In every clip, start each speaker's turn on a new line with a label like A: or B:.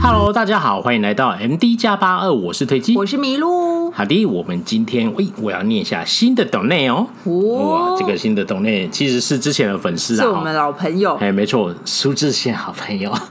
A: Hello，大家好，欢迎来到 MD 加八二，我是推机，
B: 我是麋鹿，
A: 好的，我们今天，喂，我要念一下新的抖内哦。
B: 哦
A: 哇，这个新的抖内其实是之前的粉丝啊、
B: 是我们
A: 哦。
B: 老朋友，
A: 哎，没错，苏志燮好朋友。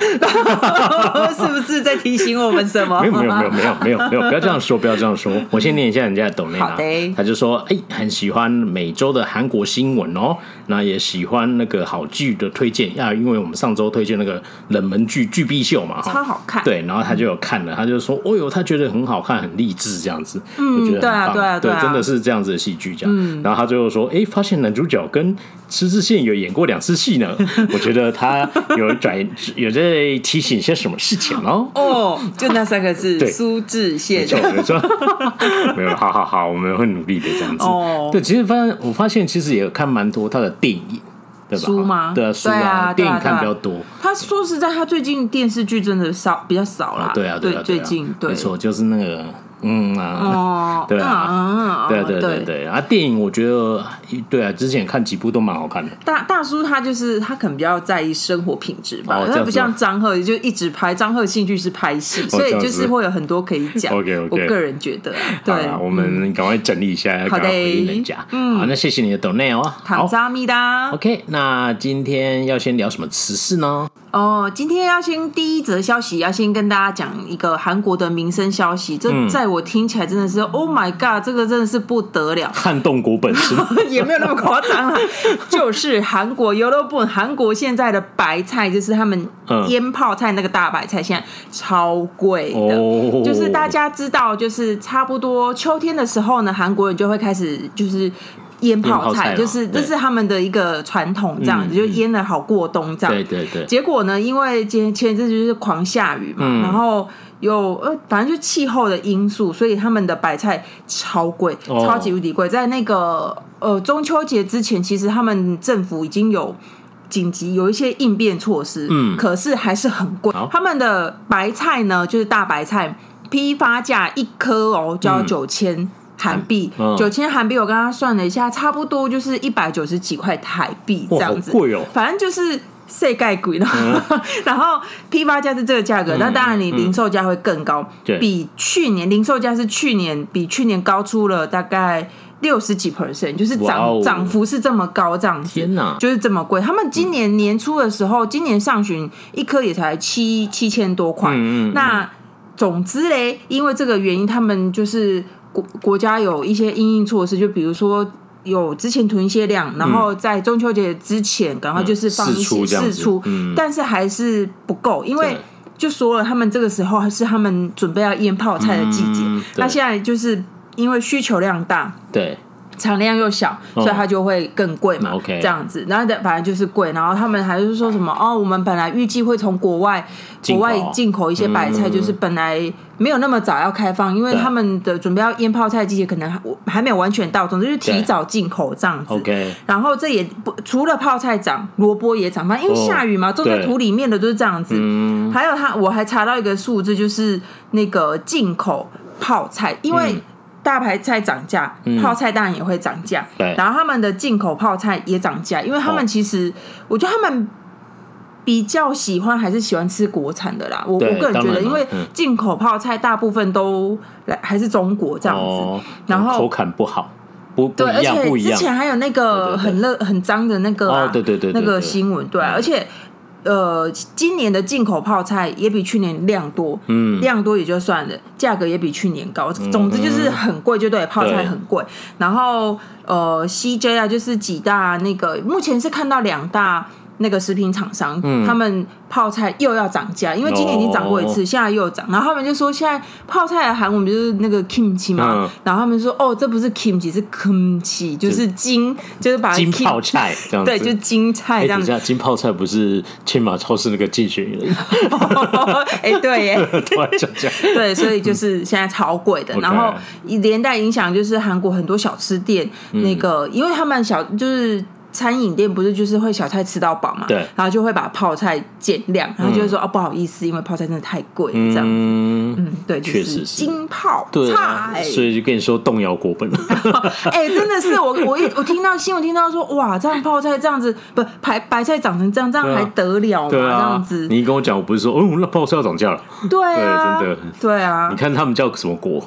B: 是不是在提醒我们什 么？
A: 没有没有没有没有没有没有，不要这样说，不要这样说。我先念一下人家的抖内啦
B: 好的，
A: 他就说，哎、很喜欢每周的韩国新闻哦，那也喜欢那个好剧的推荐啊，因为我们上周推荐那个冷门剧《巨必秀》嘛，哈
B: 超好看
A: 对，然后他就有看了，他就说，哦哟，他觉得很好看，很励志这样子，嗯，我觉得
B: 对
A: 很
B: 啊
A: 棒，
B: 对啊对啊
A: 真的是这样子的戏剧这样。然后他最后说，哎、发现男主角跟迟志宪有演过两次戏呢，我觉得他有转有在提醒一些什么事情哦。
B: 哦，就那三个字，
A: 对
B: 苏志
A: 没
B: 燮
A: 错，没错， 没有，好好好，我们会努力的这样子。
B: 哦
A: 对，其实发现我发现其实也有看蛮多他的电影，对吧？
B: 书吗
A: 对啊，书
B: 对啊
A: 电影
B: 对啊对啊
A: 看比较多。
B: 他说实在，他最近电视剧真的少，比较少啦。
A: 对啊，
B: 对
A: 啊，对
B: 最
A: 啊
B: 近对
A: 没，错，就是那个，嗯啊，
B: 哦，
A: 对啊
B: 嗯
A: 对啊，对啊对啊对啊，啊电影我觉得，对啊，之前看几部都蛮好看的。
B: 大大叔他就是他可能比较在意生活品质吧，
A: 哦这样子哦
B: 他不像张赫就一直拍，张赫兴趣是拍戏，所以
A: 这样子
B: 就是会有很多可以讲。
A: OK，OK
B: 我个人觉得啊，对
A: 好啦，我们赶快整理一下，赶快回应人家。嗯，好，那谢谢你的 d o n a 哦。
B: 唐
A: 好
B: 扎咪哒。
A: ，OK，那今天要先聊什么词事呢？，
B: 哦，今天要先第一则消息，要先跟大家讲一个韩国的民生消息。这在我听起来真的是、o h my God，这个真的是不得了
A: 撼动国本是吗？
B: 也没有那么夸张 啦。就是韩国优乐部，韩国现在的白菜，就是他们
A: 嗯
B: 腌泡菜那个大白菜，现在超贵的。
A: 哦
B: 就是大家知道，就是差不多秋天的时候呢，韩国人就会开始就是腌
A: 腌泡
B: 泡
A: 菜
B: 菜，
A: 嘛
B: 就是这
A: 对
B: 是他们的一个传统，这样
A: 嗯
B: 子、就腌的好过冬这
A: 哦
B: 样。
A: 对对嗯对，
B: 结果呢，因为前前一阵子就是狂下雨嘛，然后有呃，反正就气候的因素，所以他们的白菜超贵，
A: 哦
B: 超级无敌贵。在那个呃中秋节之前，其实他们政府已经有。紧急有一些应变措施，
A: 嗯
B: 可是还是很贵
A: 好。
B: 他们的白菜呢，就是大白菜，批发价一颗哦，就要
A: 嗯
B: 九千韩币
A: 嗯，
B: 九千韩币，我跟他算了一下，差不多就是一百九十几块台币这
A: 哇，好
B: 样子。
A: 贵哦。
B: 反正就是晒盖鬼了。
A: 嗯
B: 然后批发价是这个价格，那、当然你零售价会更高，
A: 对
B: 比去年零售价是去年比去年高出了大概。六十几 percent，就是涨、
A: 哇哦
B: 涨幅是这么高，这样子，
A: 天哪嗯
B: 就是这么贵。他们今年年初的时候，今年上旬一颗也才七七千多块，
A: 嗯嗯嗯
B: 那总之嘞，因为这个原因，他们就是国国家有一些因应措施，就比如说。有之前囤一些量，然后在中秋节之前赶快就是放
A: 嗯
B: 一
A: 试出
B: 些
A: 这样子
B: 试出
A: 嗯，
B: 但是还是不够，因为
A: 对
B: 就说了，他们这个时候是他们准备要腌泡菜的季节
A: 嗯，对
B: 那现在就是因为需求量大，
A: 对，
B: 产量又小，所以它就会更贵嘛。
A: 哦嗯 OK
B: 这样子，然后反正就是贵，然后他们还是说什么哦，我们本来预计会从国外
A: 进
B: 国
A: 口
B: 外进口一些白菜，
A: 嗯
B: 就是本来没有那么早要开放，因为
A: 对
B: 他们的准备要腌泡菜季节可能还还没有完全到，总之就是提早进口这样子。
A: OK，
B: 然后这也不除了泡菜涨，萝卜也涨，反正因为
A: 哦
B: 下雨嘛，种在
A: 对
B: 土里面的都是这样子。
A: 嗯，
B: 还有他，我还查到一个数字，就是那个进口泡菜，因为
A: 嗯
B: 大白菜涨价，泡菜当然也会涨价。
A: 对
B: 然后他们的进口泡菜也涨价，因为他
A: 哦
B: 们其实，我觉得他们比较喜欢还是喜欢吃国产的啦。我我
A: 对
B: 个人觉
A: 当然
B: 得，
A: 了
B: 因为
A: 嗯
B: 进口泡菜大部分都来还是中国这样子。
A: 哦，
B: 然后
A: 口感不好，不不
B: 对，而
A: 一样，不
B: 且
A: 一
B: 之
A: 样。
B: 前还有那
A: 对对
B: 个
A: 对
B: 很热很脏的那个啊
A: 哦，对对对对嗯
B: 那个
A: 对
B: 新闻，对啊，而且呃，今年的进口泡菜也比去年量多，
A: 嗯，
B: 量多也就算了，价格也比去年高。总之就是很贵，就对，
A: 嗯
B: 泡菜很贵。然后呃，CJ 啊，就是几大那个，目前是看到两大。那个食品厂商，
A: 嗯
B: 他们泡菜又要涨价，因为今年已经涨过一次，现在又涨。然后他们就说，现在泡菜的韩文不就是那个 kimchi 嘛？
A: 嗯
B: 然后他们说，哦，这不是 kimchi，是 kimchi，就是金，就是把
A: 金
B: kim-
A: 泡 菜这样子。
B: 对，就是金
A: 哎
B: 菜这样
A: 等一
B: 子。
A: 下，金泡菜不是千马超市那个竞选 员，
B: 哎、对耶，
A: 突然讲这样。
B: 对，所以就是现在超贵的，
A: 嗯 OK
B: 然后
A: 嗯
B: 连带影响就是韩国很多小吃店、那个，因为他们小就是。餐饮店不是就是会小菜吃到饱嘛，
A: 对
B: 然后就会把泡菜减量，然后就会说、哦不好意思，因为泡菜真的太贵了，这样子，
A: 嗯，
B: 嗯，哎对，就
A: 确实是
B: 金泡
A: 对啊，
B: 菜，
A: 所以就跟你说动摇国 本，
B: 哎、真的是我我一我听到新闻听到说哇，这样泡菜这样子不白白菜长成这样，这样
A: 对啊
B: 还得了吗？
A: 对
B: 这样
A: 啊
B: 子，，
A: 你一跟我讲，我不是说哦，那泡菜要涨价了，
B: 对啊，
A: 对真的
B: 对啊
A: 你，看他们叫什么国，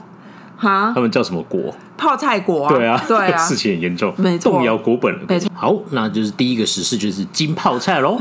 B: 哈
A: 他，们叫什么国？
B: 泡菜果啊，
A: 对啊，
B: 对
A: 这个
B: 啊，
A: 事情很严重，
B: 没错
A: 动摇国本了。
B: 没错，
A: 好，那就是第一个时事就是金泡菜喽。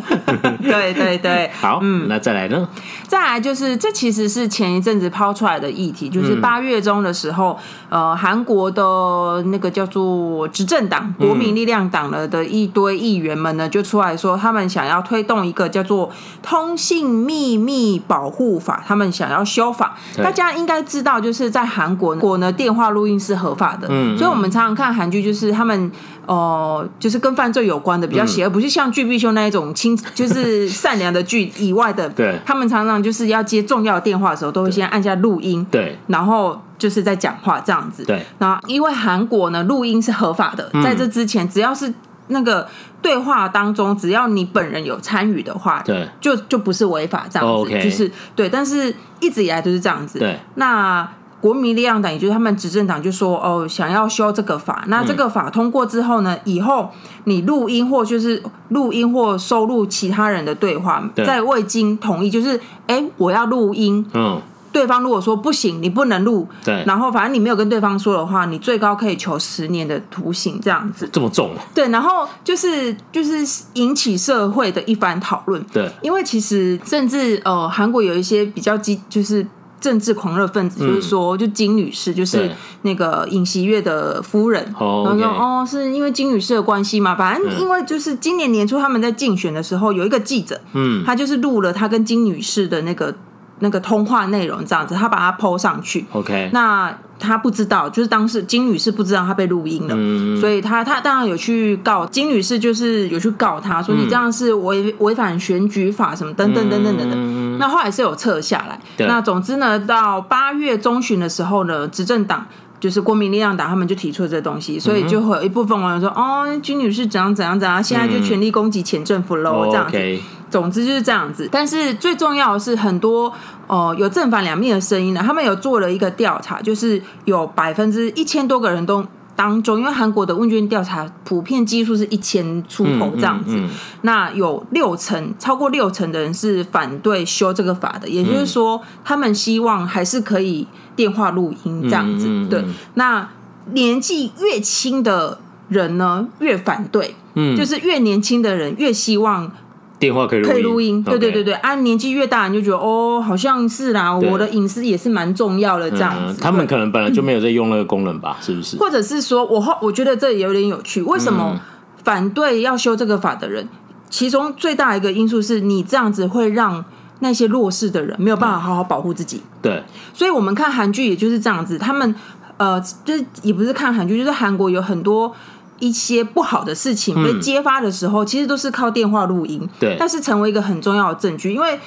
B: 对对对。
A: 好，那再来呢？
B: 再来就是，这其实是前一阵子抛出来的议题，就是
A: 嗯
B: 八月中的时候，呃，韩国的那个叫做执政党国
A: 嗯
B: 民力量党了的一堆议员们呢，就出来说他们想要推动一个叫做通信秘密保护法，他们想要修法。
A: 对
B: 大家应该知道，就是在韩国国呢，电话录音是合法的，
A: 嗯
B: 所以我们常常看韩剧，就是他们。哦、就是跟犯罪有关的比较
A: 嗯
B: 邪恶，不是像巨必修那一种亲，就是善良的剧以外的，
A: 对
B: 他们常常就是要接重要的电话的时候，都会先按下录音，
A: 对，
B: 然后就是在讲话这样子。
A: 对，嗯
B: 然后因为韩国呢，录音是合法的，在这之前，只要是那个对话当中，只要你本人有参与的话，
A: 对，哦
B: 就就不是违法这样子，
A: OK
B: 就是对。但是一直以来都是这样子。
A: 对，
B: 那。国民力量党，也就是他们执政党，就说哦，想要修这个法。那这个法通过之后呢，以后你录音或就是录音或收录其他人的对话，
A: 对
B: 在未经同意，就是哎、我要录音，
A: 嗯，
B: 对方如果说不行，你不能录，
A: 对，
B: 然后反正你没有跟对方说的话，你最高可以求十年的徒刑这样子。
A: 这么重，
B: 对，然后就是就是引起社会的一番讨论，
A: 对，
B: 因为其实甚至呃，韩国有一些比较激就是。政治狂热分子就是说，就金女士，就是
A: 嗯对
B: 那个尹锡悦的夫人，
A: 哦
B: 然后说
A: OK 嗯
B: 哦，是因为金女士的关系嘛，反正因为就是今年年初他们在竞选的时候，有一个记者，
A: 嗯，
B: 他就是录了他跟金女士的那个那个通话内容，这样子，他把它 PO 上去，
A: OK，
B: 那他不知道，就是当时金女士不知道她被录音了，所以他他当然有去告金女士，就是有去告他说你这样是违违反选举法什么等等等等等等。那后来是有撤下来。
A: 对
B: 那总之呢，到八月中旬的时候呢，执政党。就是国民力量党，他们就提出了这东西，所以就会有一部分网友说：“哦，金女士怎样怎样怎样，现在就全力攻击前政府喽，这样子。
A: 哦 OK，
B: 总之就是这样子。但是最重要的是，很多呃有正反两面的声音呢，他们有做了一个调查，就是有百分之一千多个人都。当中，因为韩国的问卷调查普遍基数是一千出头这样子，
A: 嗯嗯
B: 那有六成超过六成的人是反对修这个法的，也就是说，他们希望还是可以电话录音这样子。
A: 嗯嗯嗯
B: 对
A: 嗯，
B: 那年纪越轻的人呢越反对，
A: 嗯
B: 就是越年轻的人越希望
A: 电话可以
B: 可以录音，对
A: OK
B: 对对对，啊，年纪越大，你就觉得哦，好像是啦，
A: 对
B: 我的隐私也是蛮重要的这样
A: 嗯
B: 子。
A: 他们可能本来就没有在用那个功能吧，是不是？
B: 或者是说，我后我觉得这有点有趣，为什
A: 嗯
B: 么反对要修这个法的人，其中最大一个因素是你这样子会让那些弱势的人没有办法好好保护自己，
A: 对，
B: 所以我们看韩剧也就是这样子，他们呃，就是也不是看韩剧，就是韩国有很多。一些不好的事
A: 嗯
B: 情被揭发的时候，其实都是靠电话录音，
A: 对
B: 但是成为一个很重要的证据，因为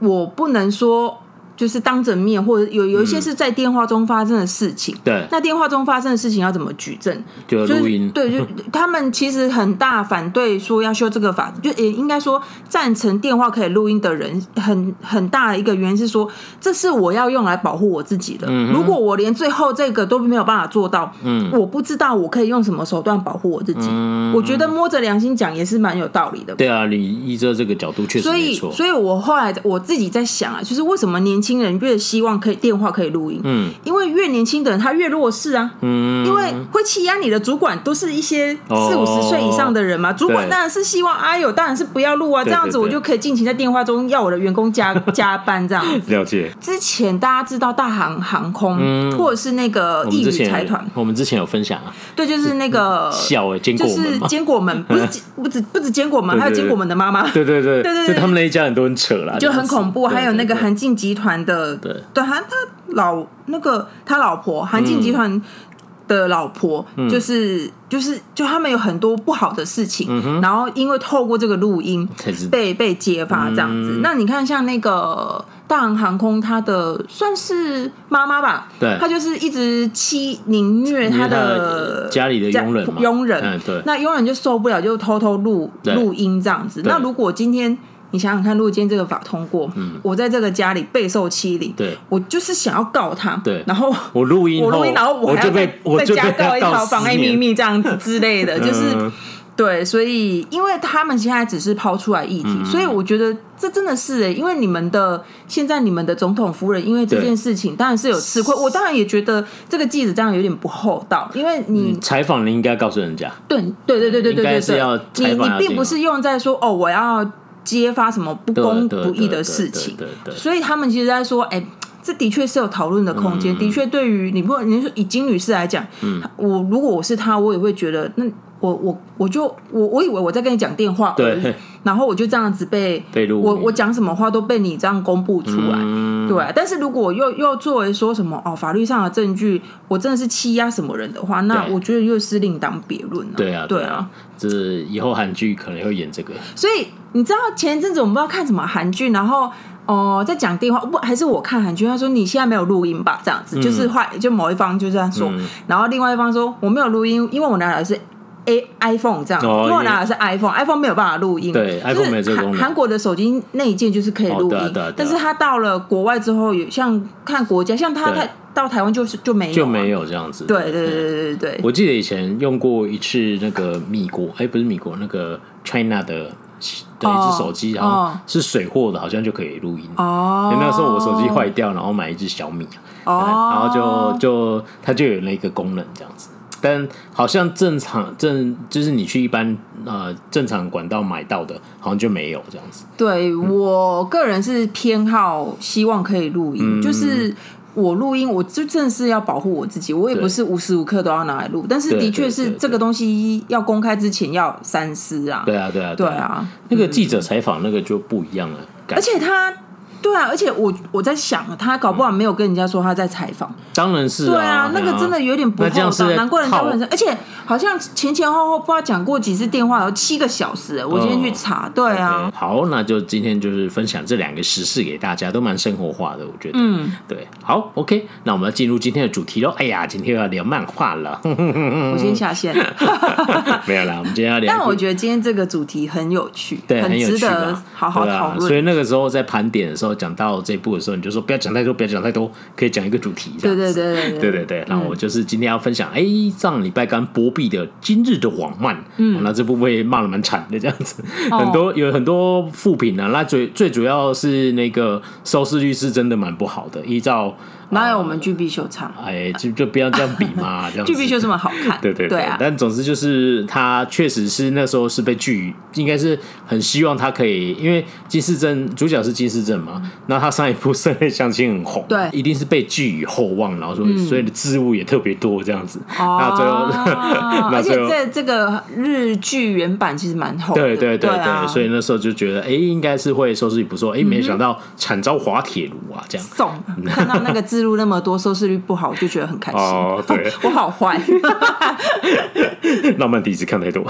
B: 我不能说就是当着面，或者有有一些是在电话中发生的事情，
A: 对，
B: 那电话中发生的事情要怎么举证？
A: 就
B: 就是
A: 录音，
B: 对，就他们其实很大反对说要修这个法，就也应该说赞成电话可以录音的人很很大的一个原因是说，这是我要用来保护我自己的。
A: 嗯
B: 如果我连最后这个都没有办法做到，嗯，我不知道我可以用什么手段保护我自己。
A: 嗯
B: 我觉得摸着良心讲也是蛮有道理的。
A: 对啊，你依照这个角度确实
B: 所
A: 没
B: 以，
A: 错，
B: 所以我后来我自己在想啊，就是为什么年轻人越希望可以电话可以录音？
A: 嗯，
B: 因为越年轻的人他越弱势啊，
A: 嗯，
B: 因为会欺压你的主管都是一些
A: 哦
B: 四五十岁以上的人嘛，主管
A: 对
B: 当然是希望，哎呦，当然是不要录啊，这
A: 对
B: 样子
A: 对对
B: 我就可以尽情在电话中要我的员工加 加班这样子。
A: 了解。
B: 之前大家知道大韩航空、或者是那个
A: 嗯我们
B: 义
A: 之
B: 宇
A: 前
B: 财团，
A: 我们之前有分享啊，
B: 对，就是那个
A: 笑哎，见
B: 就
A: 过我们
B: 是
A: 吗？
B: 坚果门，不是坚不止不止坚果门，
A: 对对
B: 还有坚果门的妈妈。
A: 对对对，
B: 对对
A: 就
B: 对
A: 他们那一家人都很扯啦，
B: 就很恐怖。
A: 这样子
B: 还有那
A: 对对
B: 个
A: 对
B: 韩进集团的，
A: 对嗯
B: 对，他他老那个他老婆韩进集团。的老婆，就是就是就他们有很多不好的事情，
A: 嗯
B: 然后因为透过这个录音
A: 才知
B: 被被揭发这样
A: 嗯
B: 子。那你看，像那个大韩航空，他的算是妈妈吧，
A: 对
B: 他就是一直欺凌虐
A: 因为
B: 他
A: 他
B: 的
A: 的家里的
B: 家
A: 佣人嘛，
B: 佣人，
A: 嗯，对，
B: 那佣人就受不了，就偷偷录
A: 对
B: 录音这样子。
A: 对
B: 那如果今天你想想看，如果今天这个法通过，我在这个家里备受欺凌，
A: 嗯对
B: 我就是想要告他，
A: 对
B: 然后
A: 我录音
B: 我
A: 后，
B: 录音，然后
A: 我
B: 还要
A: 就
B: 再
A: 被我
B: 再
A: 就被
B: 加告一条
A: 到
B: 妨碍
A: 10年
B: 秘，密这样子之 类的，就是。
A: 嗯
B: 对，所以因为他们现在只是抛出来议题，
A: 嗯
B: 所以我觉得这真的是、欸，因为你们的现在你们的总统夫人因为这
A: 对
B: 件事情当然是有吃亏，我当然也觉得这个记者这样有点不厚道，因为你、
A: 采访你应该告诉人家，
B: 对对对对对对
A: 嗯应
B: 对
A: 该是要
B: 对，你
A: 采访
B: 你
A: 要
B: 并
A: 进
B: 不
A: 入
B: 是用在说哦，我要揭发什么不
A: 对
B: 公
A: 对
B: 不
A: 对
B: 义的
A: 对
B: 事
A: 对
B: 情，
A: 对对
B: 所以他们其实在说，哎、这的确是有讨论的
A: 嗯
B: 空间。的确，对于你不，你说以金女士来讲，我如果我是她，我也会觉得，那我我我就我我以为我在跟你讲电话，
A: 对，
B: 然后我就这样子被
A: 被录
B: 我
A: 音
B: 我讲什么话都被你这样公布出来，
A: 嗯
B: 对啊、但是如果又又作为说什么哦法律上的证据，我真的是欺压什么人的话，那
A: 对
B: 我觉得又是另当别论了、
A: 对啊，
B: 对
A: 啊，这以后韩剧可能会演这个，
B: 所以你知道前一阵子我们不知道看什么韩剧，然后哦、呃在讲电话，不还是我看韩剧，他说你现在没有录音吧？这样
A: 嗯
B: 子、就是坏，就某一方就这样说，然后另外一方说我没有录音，因为我拿的是 A iPhone 这样子，
A: 哦
B: 因为我拿的是 iPhone，iPhone 没有办法录音，
A: 对
B: 就是
A: iPhone 没有这个功能
B: 韩韩国的手机内建就是可以
A: 哦
B: 录音，
A: 对啊对啊对啊
B: 但是他到了国外之后，有像看国家，像他
A: 对
B: 看到台湾就是就没有、啊，
A: 就没有这样子。
B: 对，对对对对对对，
A: 我记得以前用过一次那个米国，哎，不是米国，那个 China 的的一只手机，
B: 哦
A: 好
B: 哦
A: 像是水货的，好像就可以录音。
B: 哦
A: 因为那时候我手机坏掉，然后买一只小米，
B: 哦
A: 嗯，然后就就它就有那个功能这样子。但好像正常正就是你去一般呃正常管道买到的，好像就没有这样子。
B: 对
A: 嗯
B: 我个人是偏好，希望可以录
A: 嗯
B: 音，就是。我录音，我就正是要保护我自己，我也
A: 对
B: 不是无时无刻都要拿来录，但是
A: 对
B: 的确
A: 对
B: 是
A: 对
B: 这个东西要公开之前要三思啊，
A: 对啊，对啊，
B: 对，啊，
A: 那个记者采访那个就不一样了，感
B: 而且他，对啊，而且我我在想，他搞不好没有跟人家说他在采访，
A: 当然是
B: 对啊，那个真的有点不厚
A: 那这样是
B: 道，
A: 在
B: 难怪人家
A: 套
B: 会很生，而且好像前前后后不知道讲过几次电话，然后七个小时，我今天去查，对啊
A: OK，好，那就今天就是分享这两个时事给大家，都蛮生活化的，我觉得。嗯，对，好，OK，那我们要进入今天的主题喽。哎呀，今天又要聊漫画了， 嗯
B: 我先下线了。
A: 没有啦，我们今天要聊。
B: 但我觉得今天这个主题很有趣，
A: 对，很有
B: 值
A: 趣
B: 得
A: 嘛
B: 好好
A: 对啊
B: 讨
A: 所以
B: 论。
A: 那个时候在盘点的时候，讲到这一步的时候，你就说不要讲太多，不要讲太多，可以讲一个主题这
B: 对
A: 样子。
B: 对对对嗯
A: 对对对，那我就是今天要分享，哎、上礼拜刚播毕的《今日的网漫》，嗯，那这部被骂的蛮惨的，这样子，
B: 哦
A: 很多有很多负评啊。那最最主要是那个收视率是真的蛮不好的，依照
B: 哪有我们巨必秀差？
A: 哎，就就不要这样比嘛， 这样子。
B: 巨必秀这么好看？
A: 对对
B: 对啊！
A: 但总之就是他确实是那时候是被拒，应该是很希望他可以，因为金世正主角是金世正嘛，那他上一部《室内相亲》很红，
B: 嗯对嗯
A: 一定是被寄予厚望，然后说、所以的字物也特别多这样子，
B: 哦
A: 那最后
B: 啊而
A: 那
B: 且
A: 最后。
B: 这这个日剧原版其实蛮厚的，
A: 对对对
B: 对啊，嗯
A: 所以那时候就觉得，哎，应该是会收视率不错，哎，没想到惨遭滑铁卢啊，这样。
B: 送看到那个字录那么多，收视率不好，我就觉得很开心。
A: 哦 对
B: 我好坏，
A: 浪漫体质看太多。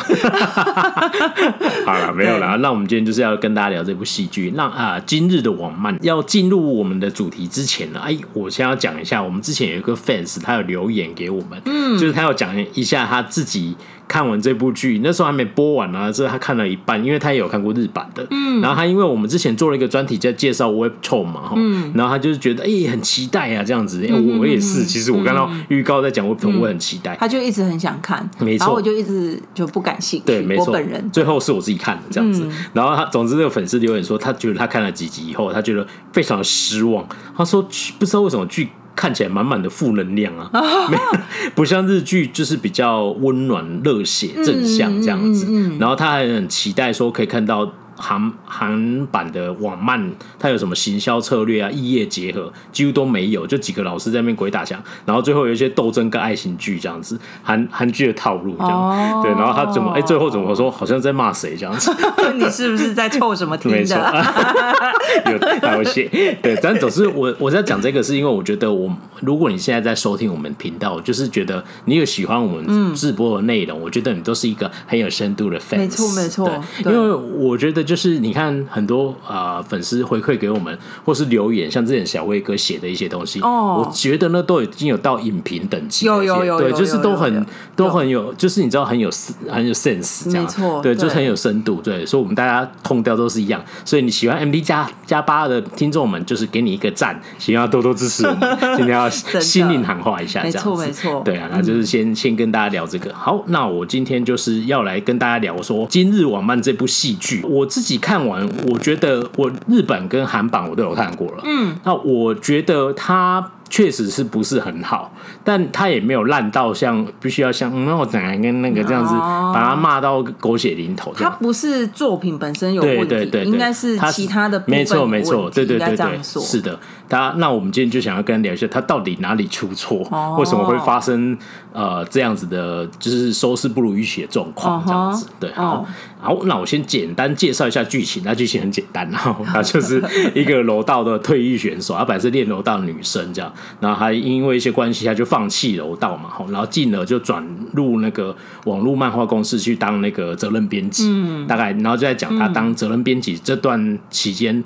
A: 好了，没有啦。那我们今天就是要跟大家聊这部戏剧。那啊，今日的网漫要进入我们的主题之前呢，哎，我先要讲一下，我们之前有一个 fans 他有留言给我们，嗯，就是他要讲一下他自己。看完这部剧，那时候还没播完啊，这他看了一半，因为他也有看过日版的。嗯，然后他因为我们之前做了一个专题在介绍 Web t o 嘛，哈、然后他就是觉得哎、很期待啊这样子，哎、我也是，其实我看到预告在讲 Web t o 我很期待。
B: 他就一直很想看，
A: 没
B: 然
A: 错
B: 后我就一直就不感兴趣。
A: 对，没
B: 我
A: 错，
B: 本人 嗯
A: 最后是我自己看的这样子。然后他，总之这个粉丝留言说，他觉得他看了几集以后，他觉得非常的失望。他说不知道为什么剧看起来满满的负能量啊，没 不像日剧就是比较温暖、热血、正向这样子。然后他还很期待说可以看到韩韩版的网漫，它有什么行销策略啊、异业结合，几乎都没有，就几个老师在那边鬼打墙，然后最后有一些斗争跟爱情剧这样子，韩韩剧的套路这样，
B: 哦
A: 对，然后他怎么哎、最后怎么说好像在骂谁这样子，
B: 你是不是在凑什么听
A: 没错
B: 的？，
A: 有还有些对，但总是我我在讲这个，是因为我觉得我如果你现在在收听我们频道，就是觉得你有喜欢我们直播的内容，我觉得你都是一个很有深度的 fans，
B: 没错没错
A: 对
B: 对
A: 因为我觉得就是你看很多啊、呃粉丝回馈给我们，或是留言，像之前小威哥写的一些东西，
B: 哦
A: 我觉得呢都已经有到影评等级的一些，
B: 有有有
A: 对，
B: 有
A: 就是
B: 有
A: 都
B: 有
A: 很
B: 有
A: 都很有，就是你知道很有 s- 很有 sense 这样，
B: 没错
A: 对，就是
B: 对
A: 很有。有深度，对，所以我们大家痛调都是一样，所以你喜欢 MD 加加八的听众们，就是给你一个赞，希望多多支持我 们，今天要
B: 的
A: 心灵喊话一下，这样
B: 没
A: 子，
B: 错没错嗯
A: 对啊，那就是先、先跟大家聊这个。好，那我今天就是要来跟大家聊说《今日网漫》这部戏剧，我自己看完，我觉得我日版跟韩版我都有看过了，嗯，那我觉得它。确实是不是很好，但它也没有烂到像必须要像嗯那我怎样跟那个这样子
B: 哦
A: 把它骂到狗血淋头这
B: 它
A: 样。
B: 不是作品本身有问
A: 对
B: 题，
A: 对对，对
B: 应该是
A: 它
B: 其他的部分
A: 没错没
B: 有
A: 错，
B: 问题
A: 对对
B: 应该
A: 对
B: 这
A: 对，
B: 样说
A: 是的。他那我们今天就想要跟他聊一下，他到底哪里出错，
B: 哦
A: 为什么会发生呃这样子的，就是收视不如预期的状况、这样子
B: 嗯哼。
A: 对，好
B: 哦，
A: 好，那我先简单介绍一下剧情。那剧情很简单，然后她就是一个柔道的退役选手，她本来是练柔道的女生这样，然后她因为一些关系，她就放弃柔道嘛，吼然后进而就转入那个网络漫画公司去当那个责任编辑，嗯、大概然后就在讲她当责任编辑这段期间。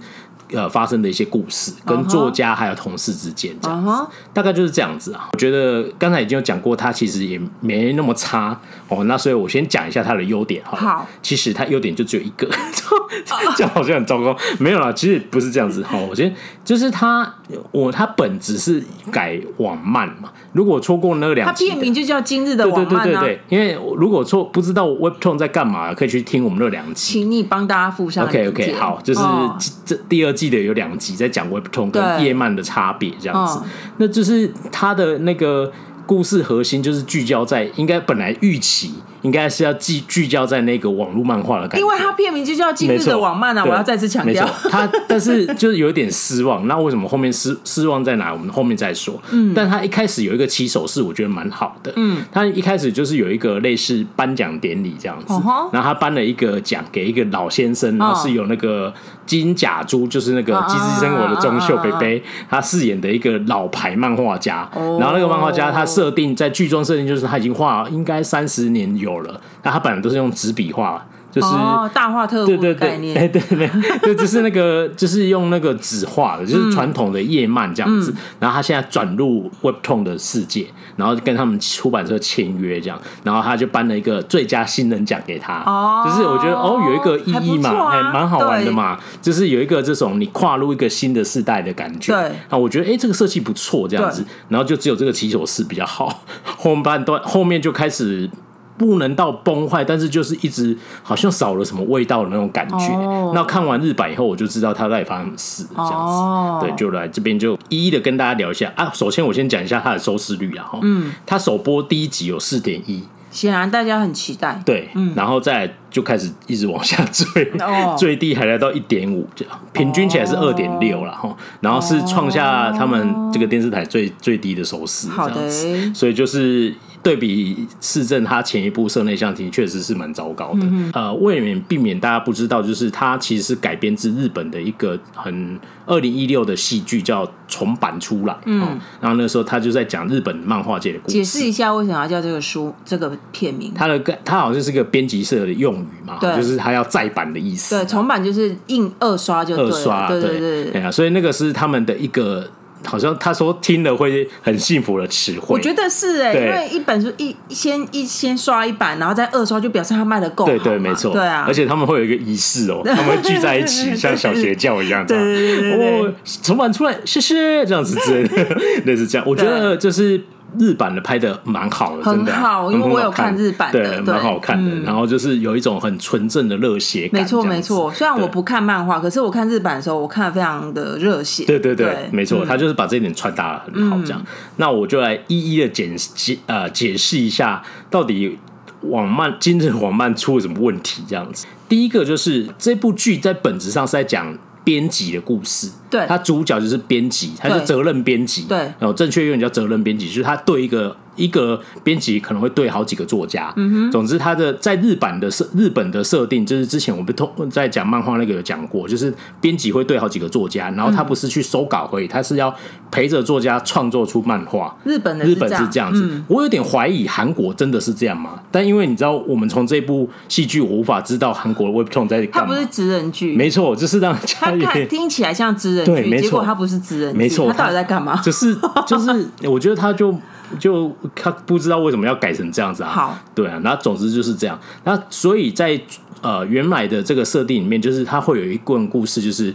A: 呃，发生的一些故事，跟作家还有同事之间这样子
B: 嗯哼
A: 啊大概就是这样子啊。我觉得刚才已经有讲过，他其实也没那么差哦。那所以我先讲一下他的优点好了
B: 好
A: 其实他优点就只有一个， 这样好像很糟糕。没有啦，其实不是这样子。好，我先就是他，我他本质是改网漫嘛。如果错过那
B: 它
A: 两集的
B: 片名就叫《今日的
A: 对
B: 网
A: 对
B: 漫》啊。
A: 对对对，因为如果错不知道 Webtoon 在干嘛，可以去听我们那两集。
B: 请你帮大家附上
A: OK
B: 链
A: OK，
B: 接
A: 好，就是
B: 哦
A: 这这第二季的有两集在讲 Webtoon 跟
B: 对
A: 叶曼的差别，这样子
B: 嗯，
A: 那就是它的那个故事核心就是聚焦在应该本来预期应该是要聚聚焦在那个网络漫画的感觉
B: 因。为它片名就叫《今
A: 没
B: 日
A: 错，
B: 的网漫》啊，
A: 对
B: 我要再次强调
A: 没。错他但是就是有一点失望。那为什么后面失失望在哪？我们后面再说。嗯，但他一开始有一个起手式，我觉得蛮好的。嗯，他一开始就是有一个类似颁奖典礼这样子，
B: 哦吼哦
A: 然后他颁了一个奖给一个老先生，然后是有那个金甲珠，就是那个
B: 啊
A: 《机智生活》的钟秀北北，他饰演的一个老牌漫画家。
B: 哦
A: 然后那个漫画家他设定在剧中设定就是他已经画应该三十年有了，那他本来都是用纸笔画。就是
B: 哦，大画特
A: 对
B: 务
A: 对
B: 的
A: 对，
B: 概念，
A: 哎、对对对，就是那个，就是用那个纸画的，
B: 嗯
A: 就是传统的叶漫这样子。然后他现在转入 Webtoon 的世界，然后跟他们出版社签约这样，然后他就颁了一个最佳新人奖给他。
B: 哦
A: 就是我觉得哦，有一个意义嘛，
B: 还不错啊
A: 哎、蛮好玩的嘛，就是有一个这种你跨入一个新的世代的感觉。
B: 对
A: 啊，我觉得哎、这个设计不错这样子
B: 对，
A: 然后就只有这个起手式比较好， 后半段后面就开始。不能到崩坏，但是就是一直好像少了什么味道的那种感觉。
B: 哦
A: 那看完日版以后，我就知道它到底发生什么事，这样子。
B: 哦
A: 对，就来这边就一一的跟大家聊一下啊。首先我先讲一下它的收视率啊，哈，嗯，它首播第一集有四点一，
B: 显然大家很期待。
A: 对，然后再来就开始一直往下坠，
B: 嗯哦
A: 最低还来到一点五这样，平均起来是二点六了哈，然后是创下他们这个电视台最最低的收视这
B: 哦好的
A: 样子，所以就是。对比市政，它前一部社内相亲确实是蛮糟糕的。
B: 嗯
A: 呃，为免避免大家不知道，就是它其实是改编自日本的一个很二零一六的戏剧，叫重版出来。嗯，然后那时候他就在讲日本漫画界的故事。
B: 解释一下为什么要叫这个书这个片名？
A: 它的概它好像是个编辑社的用语嘛，
B: 对
A: 就是它要再版的意思，
B: 对，重版就是印二刷就对
A: 二
B: 了。
A: 刷，
B: 对
A: 对
B: 对
A: 哎
B: 对。
A: 呀所以那个是他们的一个，好像他说听了会很幸福的词汇，
B: 我觉得是哎、
A: 对
B: 因为一本书一先一先刷一版，然后再二刷，就表示它卖的够好
A: 对
B: 嘛。
A: 对，没错，
B: 对啊，
A: 而且他们会有一个仪式 哦，他们会聚在一起，像小邪教一样，这样
B: 对对对对对
A: 哦，重版出来，谢谢，这样子之类 的，类似这样，我觉得就是。日版的拍的蛮好的，
B: 很
A: 真的啊
B: 好因为
A: 很
B: 我有看日版的
A: 对，
B: 对嗯
A: 蛮好看的。然后就是有一种很纯正的热血感，
B: 没
A: 这
B: 错
A: 样子
B: 没错。虽然
A: 对
B: 我不看漫画，可是我看日版的时候，我看的非常的热血。
A: 对对对，没
B: 嗯
A: 错，他就是把这一点传达得很好，这样。那我就来一一的解解呃解释一下，到底网漫今日网漫出了什么问题这样子。第一个就是这部剧在本质上是在讲编辑的故事，
B: 对
A: 它主角就是编辑，他是
B: 对
A: 责任编辑，
B: 对
A: 然后哦正确用语叫责任编辑，就是他对一个一个编辑可能会对好几个作家，嗯哼，总之他的在日版的设日本的设定，就是之前我们通在讲漫画那个有讲过，就是编辑会对好几个作家，然后
B: 嗯
A: 他不是去收稿而已，他是要陪着作家创作出漫画，
B: 日本的
A: 日本是这
B: 这嗯
A: 样子，我有点怀疑韩国真的是这样吗？但因为你知道，我们从这部戏剧，我无法知道韩国的 Webtoon 在
B: 它
A: 干
B: 不
A: 嘛
B: 是。职人剧，
A: 没错，就是让人家
B: 他
A: 有
B: 看
A: 点，
B: 听起来像职人
A: 对没错
B: 剧，结果他不是职人剧，
A: 没错
B: 他到底在干嘛？
A: 只是就是，我觉得他就就他不知道为什么要改成这样子啊。
B: 好，
A: 对啊，那总之就是这样。那所以在呃原来的这个设定里面，就是它会有一段故事，就是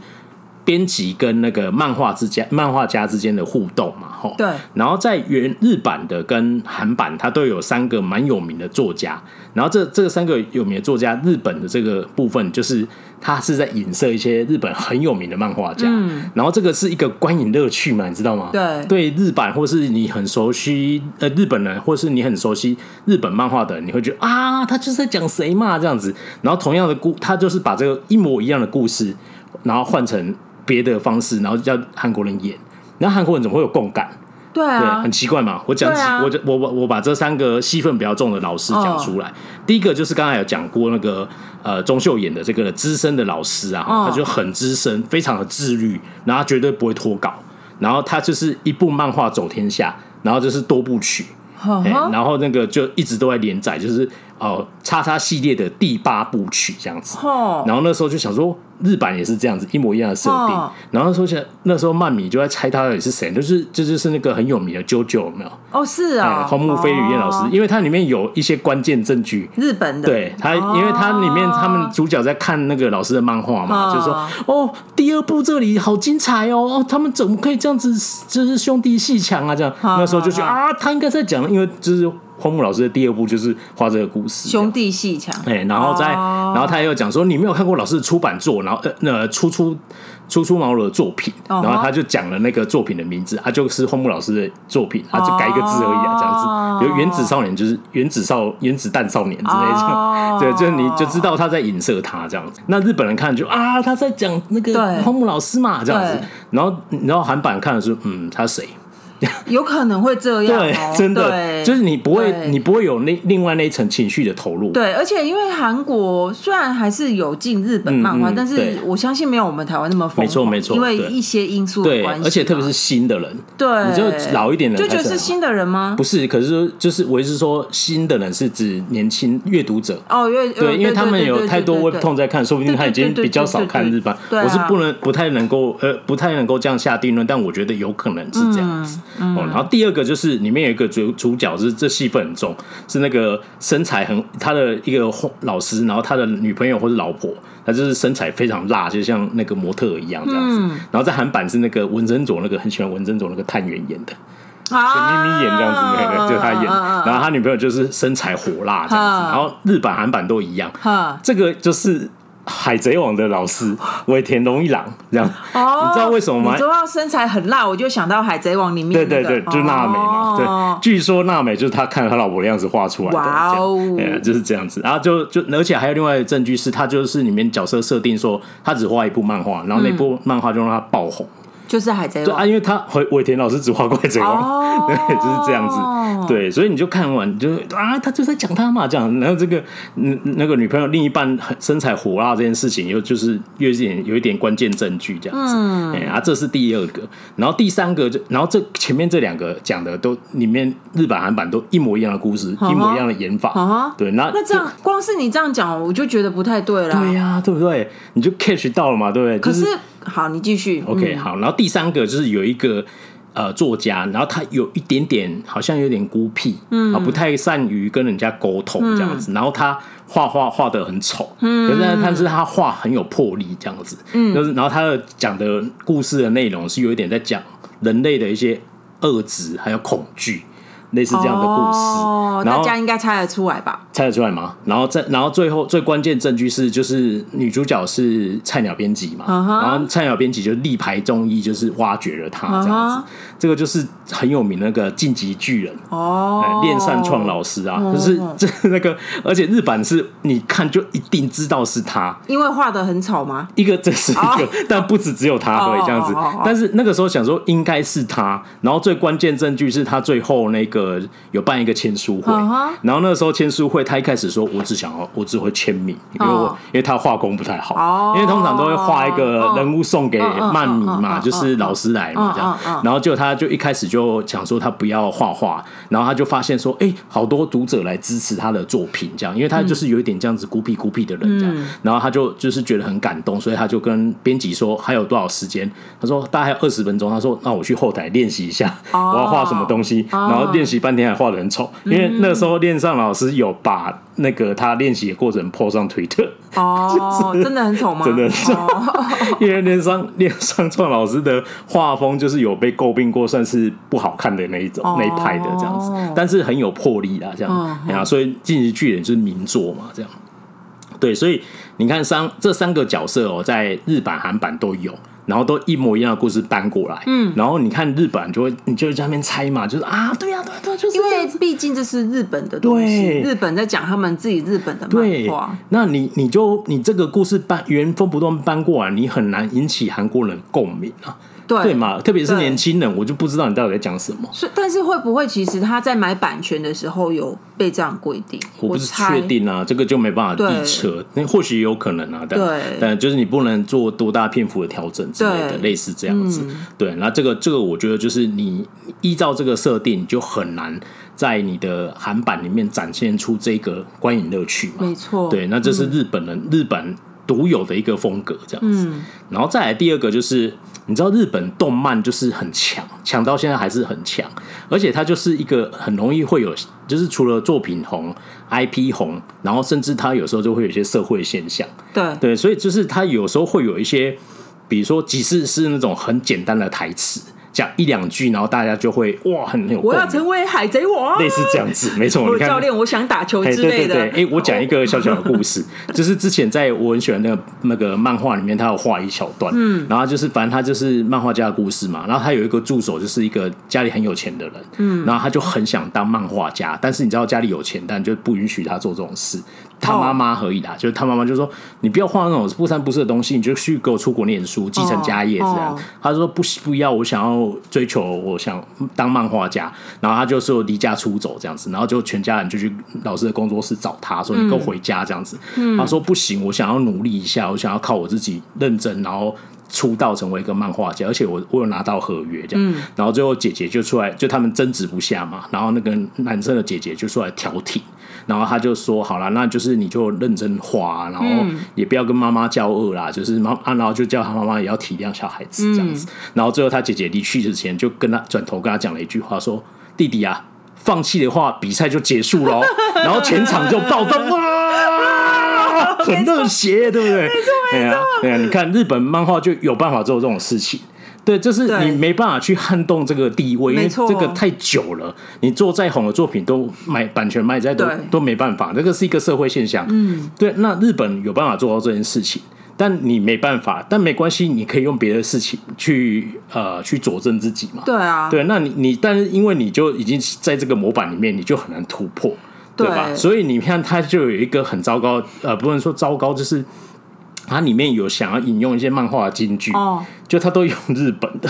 A: 编辑跟那个漫画之间、漫画家之间的互动嘛，吼。
B: 对
A: 然后在原日版的跟韩版，它都有三个蛮有名的作家。然后这这三个有名的作家，日本的这个部分就是它是在影射一些日本很有名的漫画家。嗯。然后这个是一个观影乐趣嘛，你知道吗？
B: 对
A: 对日版或是你很熟悉呃日本人，或是你很熟悉日本漫画的人，你会觉得啊，他就是在讲谁嘛这样子。然后同样的故，他就是把这个一模一样的故事，然后换成别的方式，然后叫韩国人演。然后韩国人怎么会有共感？
B: 对
A: 对，
B: 啊
A: 很，奇怪嘛。我讲几，
B: 对啊
A: 我就我我我把这三个戏份比较重的老师讲出来。第一个就是刚才有讲过那个呃钟秀演的这个资深的老师啊，
B: 哦
A: 他就很资深，非常的自律，然后他绝对不会脱稿，然后他就是一部漫画走天下，然后就是多部曲，
B: 呵
A: 哎、
B: 呵
A: 然后那个就一直都在连载，就是哦叉叉系列的第八部曲这样
B: 哦
A: 子。
B: 吼，
A: 然后那时候就想说，日版也是这样子一模一样的设定。
B: 哦
A: 然后那时候想，那时候曼米就在猜他到底是谁，就是这就是那个很有名的 JoJo 有没有？
B: 哦是啊，
A: 哎荒木飞吕彦老师，
B: 哦
A: 因为它里面有一些关键证据。
B: 日本的，
A: 对他，
B: 哦
A: 因为他里面他们主角在看那个老师的漫画嘛，
B: 哦
A: 就说哦，第二部这里好精彩哦，哦，他们怎么可以这样子，就是兄弟戏强啊这样。
B: 哦
A: 那时候就觉得
B: 哦
A: 啊，他应该在讲，因为就是荒木老师的第二部就是画这个故事，
B: 兄弟戏强，
A: 哎、然后再，
B: 哦
A: 然后他又讲说，你没有看过老师的出版作，然后呃，那初出初出茅庐的作品，
B: 哦吼
A: 然后他就讲了那个作品的名字，啊，就是荒木老师的作品，他就改一个字而已啊，这样
B: 哦
A: 子，有原子少年就是原子少原子弹少年之类这样，
B: 哦
A: 对，就是你就知道他在影射他这样子。那日本人看就啊，他在讲那个
B: 对
A: 荒木老师嘛，这样子
B: 对，
A: 然后然后韩版看的是，嗯，他谁？
B: 有可能会这样哦，
A: 对，真的
B: 对
A: 就是你不会
B: 对
A: 你不会有那另外那一层情绪的投入，
B: 对，而且因为韩国虽然还是有进日本漫画，
A: 嗯嗯
B: 但是
A: 对
B: 我相信没有我们台湾那么疯狂，
A: 没错没错
B: 因为
A: 对
B: 一些因素的
A: 对，
B: 关系嘛，啊
A: 而且特别是新的人。
B: 对，
A: 你就老一点人
B: 就
A: 还
B: 觉得
A: 是
B: 是
A: 很
B: 新的人吗？
A: 不是，可是说就是我是说，新的人是指年轻阅读者，
B: 哦，因为
A: 对，因为他们有太多 Web
B: 痛，
A: 痛在看，说不定他已经比较少看日版。
B: 对对对对对对对
A: 我是
B: 对啊
A: 不能不太能够呃不太能够这样下定论，但我觉得有可能是这样子。哦，然后第二个就是里面有一个主主角是这戏份很重，是那个身材很他的一个老师，然后他的女朋友或者老婆，他就是身材非常辣，就像那个模特一样这样子。然后在韩版是那个文森佐，那个很喜欢文森佐那个探员演的。就
B: 啊
A: 咪咪演这样子，对对，就他演，
B: 嗯嗯嗯
A: 然后他女朋友就是身材火辣这样子，
B: 嗯
A: 然后日版、韩版都一样。
B: 哈
A: 这个就是《海贼王》的老师尾田荣一郎这样，
B: 哦，
A: 你知道为什么吗
B: 你知道身材很辣，我就想到《海贼王》里面
A: 对
B: 那
A: 对对，
B: 个，
A: 就是娜美嘛，对，
B: 哦，
A: 据说娜美就是他看他老婆的样子画出来的，
B: 哇哦
A: 这样哎就是这样子。然后就就而且还有另外的证据是，他就是里面角色设定说他只画一部漫画，然后那
B: 嗯
A: 部漫画就让他爆红。
B: 就是《海贼
A: 对
B: 王
A: 啊，》因为他尾尾田老师只画过《海贼王》
B: 哦
A: 对，就是这样子。对，所以你就看完你就啊，他就在讲他嘛，这样。然后这个嗯那个女朋友另一半很身材火辣这件事情，又就是有一点有一点关键证据这样子。嗯，啊，这是第二个。然后第三个就，然后这前面这两个讲的都里面日版、韩版都一模一样的故事，
B: 嗯哼
A: 一模一样的演法。
B: 嗯哼
A: 对，那
B: 那这样光是你这样讲，我就觉得不太对啦。
A: 对呀、对不对？你就 catch 到了嘛，对不对？
B: 可
A: 就是
B: 是好，你继续。
A: OK，
B: 嗯
A: 好，然后第三个就是有一个呃作家，然后他有一点点好像有点孤僻，嗯，啊，不太善于跟人家沟通这样子，然后他画画画的很丑，嗯，可是他但是他画很有魄力这样子，嗯，就是然后他的讲的故事的内容是有一点在讲人类的一些恶质还有恐惧，类似这样的故事，
B: 哦，
A: 然
B: 大
A: 后
B: 家应该猜得出来吧？
A: 猜得出来吗？然后再，然后最后最关键证据是，就是女主角是菜鸟编辑嘛
B: 嗯哼
A: 然后菜鸟编辑就力排众议，就是挖掘了她这样子。
B: 嗯哼
A: 这个就是很有名那个晋级巨人，
B: 哦
A: 哎，练善创老师啊，
B: 哦
A: 就是这那个，而且日版是你看就一定知道是他。
B: 因为画的很 丑吗？
A: 一个这是一个
B: 哦
A: 但不止只有他而已这样子。
B: 哦哦哦哦
A: 但是那个时候想说应该是他，然后最关键证据是他最后那个有办一个签书会
B: 嗯哼
A: 然后那个时候签书会他一开始说我只想要我只会签名，因为我、
B: 哦
A: 因为他画工不太好
B: 哦
A: 因为通常都会画一个人物送给
B: 嗯嗯
A: 曼迷嘛
B: 嗯嗯嗯
A: 就是老师来嘛这样
B: 嗯嗯嗯
A: 然后就他就一开始就想说他不要画画，然后他就发现说哎、好多读者来支持他的作品这样，因为他就是有一点这样子孤僻孤僻的人这
B: 嗯
A: 样，然后他就就是觉得很感动，所以他就跟编辑说还有多少时间，他说大概还有二十分钟，他说那我去后台练习一下，
B: 哦
A: 我要画什么东西，
B: 哦
A: 然后练习半天还画的很丑，因为那时候练上老师有把那个他练习的过程 po 上推特，
B: 哦，真的很丑吗？
A: 真的很丑
B: 哦
A: 因为练上练上创老师的画风就是有被诟病过，算是不好看的那一种、
B: 哦
A: 那一派的这样子，但是很有魄力啦，这样
B: 嗯
A: 啊、哎呀所以《进击巨人》就是名作嘛，这样。对，所以你看三这三个角色哦，在日版、韩版都有，然后都一模一样的故事搬过来，嗯，然后你看日版就会，你就会在那边猜嘛，就是啊，对呀、对呀、对呀、就是
B: 因
A: 这样
B: 为
A: 子。
B: 毕竟这是日本的东西，
A: 对
B: 日本在讲他们自己日本的漫
A: 对
B: 画。，
A: 那你你就你这个故事搬原封不动搬过来，你很难引起韩国人共鸣啊。
B: 对
A: 对？嘛？特别是
B: 对
A: 年轻人，我就不知道你到底在讲什么。
B: 所以，但是会不会其实他在买版权的时候有被这样规定？
A: 我
B: 我
A: 不是
B: 猜
A: 确。定啊，这个就没办法
B: 对
A: 预测。那或许有可能啊，但
B: 对
A: 但就是你不能做多大篇幅的调整之类的，
B: 对嗯
A: 类似这样子。对，那这个这个，我觉得就是你依照这个设定，你就很难在你的韩版里面展现出这个观影乐趣嘛。
B: 没错，
A: 对，那这
B: 嗯
A: 是日本人、日本独有的一个风格这样子。
B: 嗯
A: 然后再来第二个就是，你知道日本动漫就是很强，强到现在还是很强，而且它就是一个很容易会有，就是除了作品红、IP 红，然后甚至它有时候就会有一些社会现象。
B: 对
A: 对，所以就是它有时候会有一些，比如说即使是那种很简单的台词，讲一两句，然后大家就会哇很有共
B: 我要
A: 鸣，
B: 成为海贼王，
A: 类似这样子，没错。
B: 我
A: 你看
B: 教练，我想打球
A: 哎，
B: 之类的。
A: 对对对，哎、我讲一个小小的故 事，就是之前在我很喜欢那个那个漫画里面，他有画一小段，嗯，然后就是反正他就是漫画家的故事嘛，然后他有一个助手，就是一个家里很有钱的人，嗯，然后他就很想当漫画家，但是你知道家里有钱，但就不允许他做这种事。
B: 哦
A: 他妈妈可以啦，就是他妈妈就说你不要画那种不三不四的东西，你就去给我出国念书，继承家业这样。
B: 哦
A: 他说不不要，我想要追求，我想当漫画家。然后他就说离家出走这样子，然后就全家人就去老师的工作室找他说你给我回家这样子。他说不行，我想要努力一下，我想要靠我自己认真，然后。出道成为一个漫画家，而且我我有拿到合约这样，然后最后姐姐就出来，就他们争执不下嘛，然后那个男生的姐姐就出来调停，然后他就说好了，那就是你就认真花，然后也不要跟妈妈交恶啦，就是妈啊，然后就叫他妈妈也要体谅小孩子这样子。然后最后他姐姐离去之前，就跟他转头跟他讲了一句话，说：“弟弟啊，放弃的话，比赛就结束 喽。”然后全场就暴动 哇，很热血，对不对？没错，没错。对啊，你看日本漫画就有办法做这种事情。对，就是
B: 对
A: 你没办法去撼动这个地位，因为
B: 没错
A: 这个太久了，你做再红的作品都买版权卖再多
B: 对
A: 都没办法，这个是一个社会现象。嗯，对。那日本有办法做到这件事情，但你没办法，但没关系，你可以用别的事情去呃去佐证自己嘛。
B: 对啊，
A: 对，那你你但是因为你就已经在这个模板里面，你就很难突破，对吧？
B: 对
A: 所以你看，它就有一个很糟糕，呃，不能说糟糕，就是它里面有想要引用一些漫画的金句，
B: 哦
A: 就它都用日本的，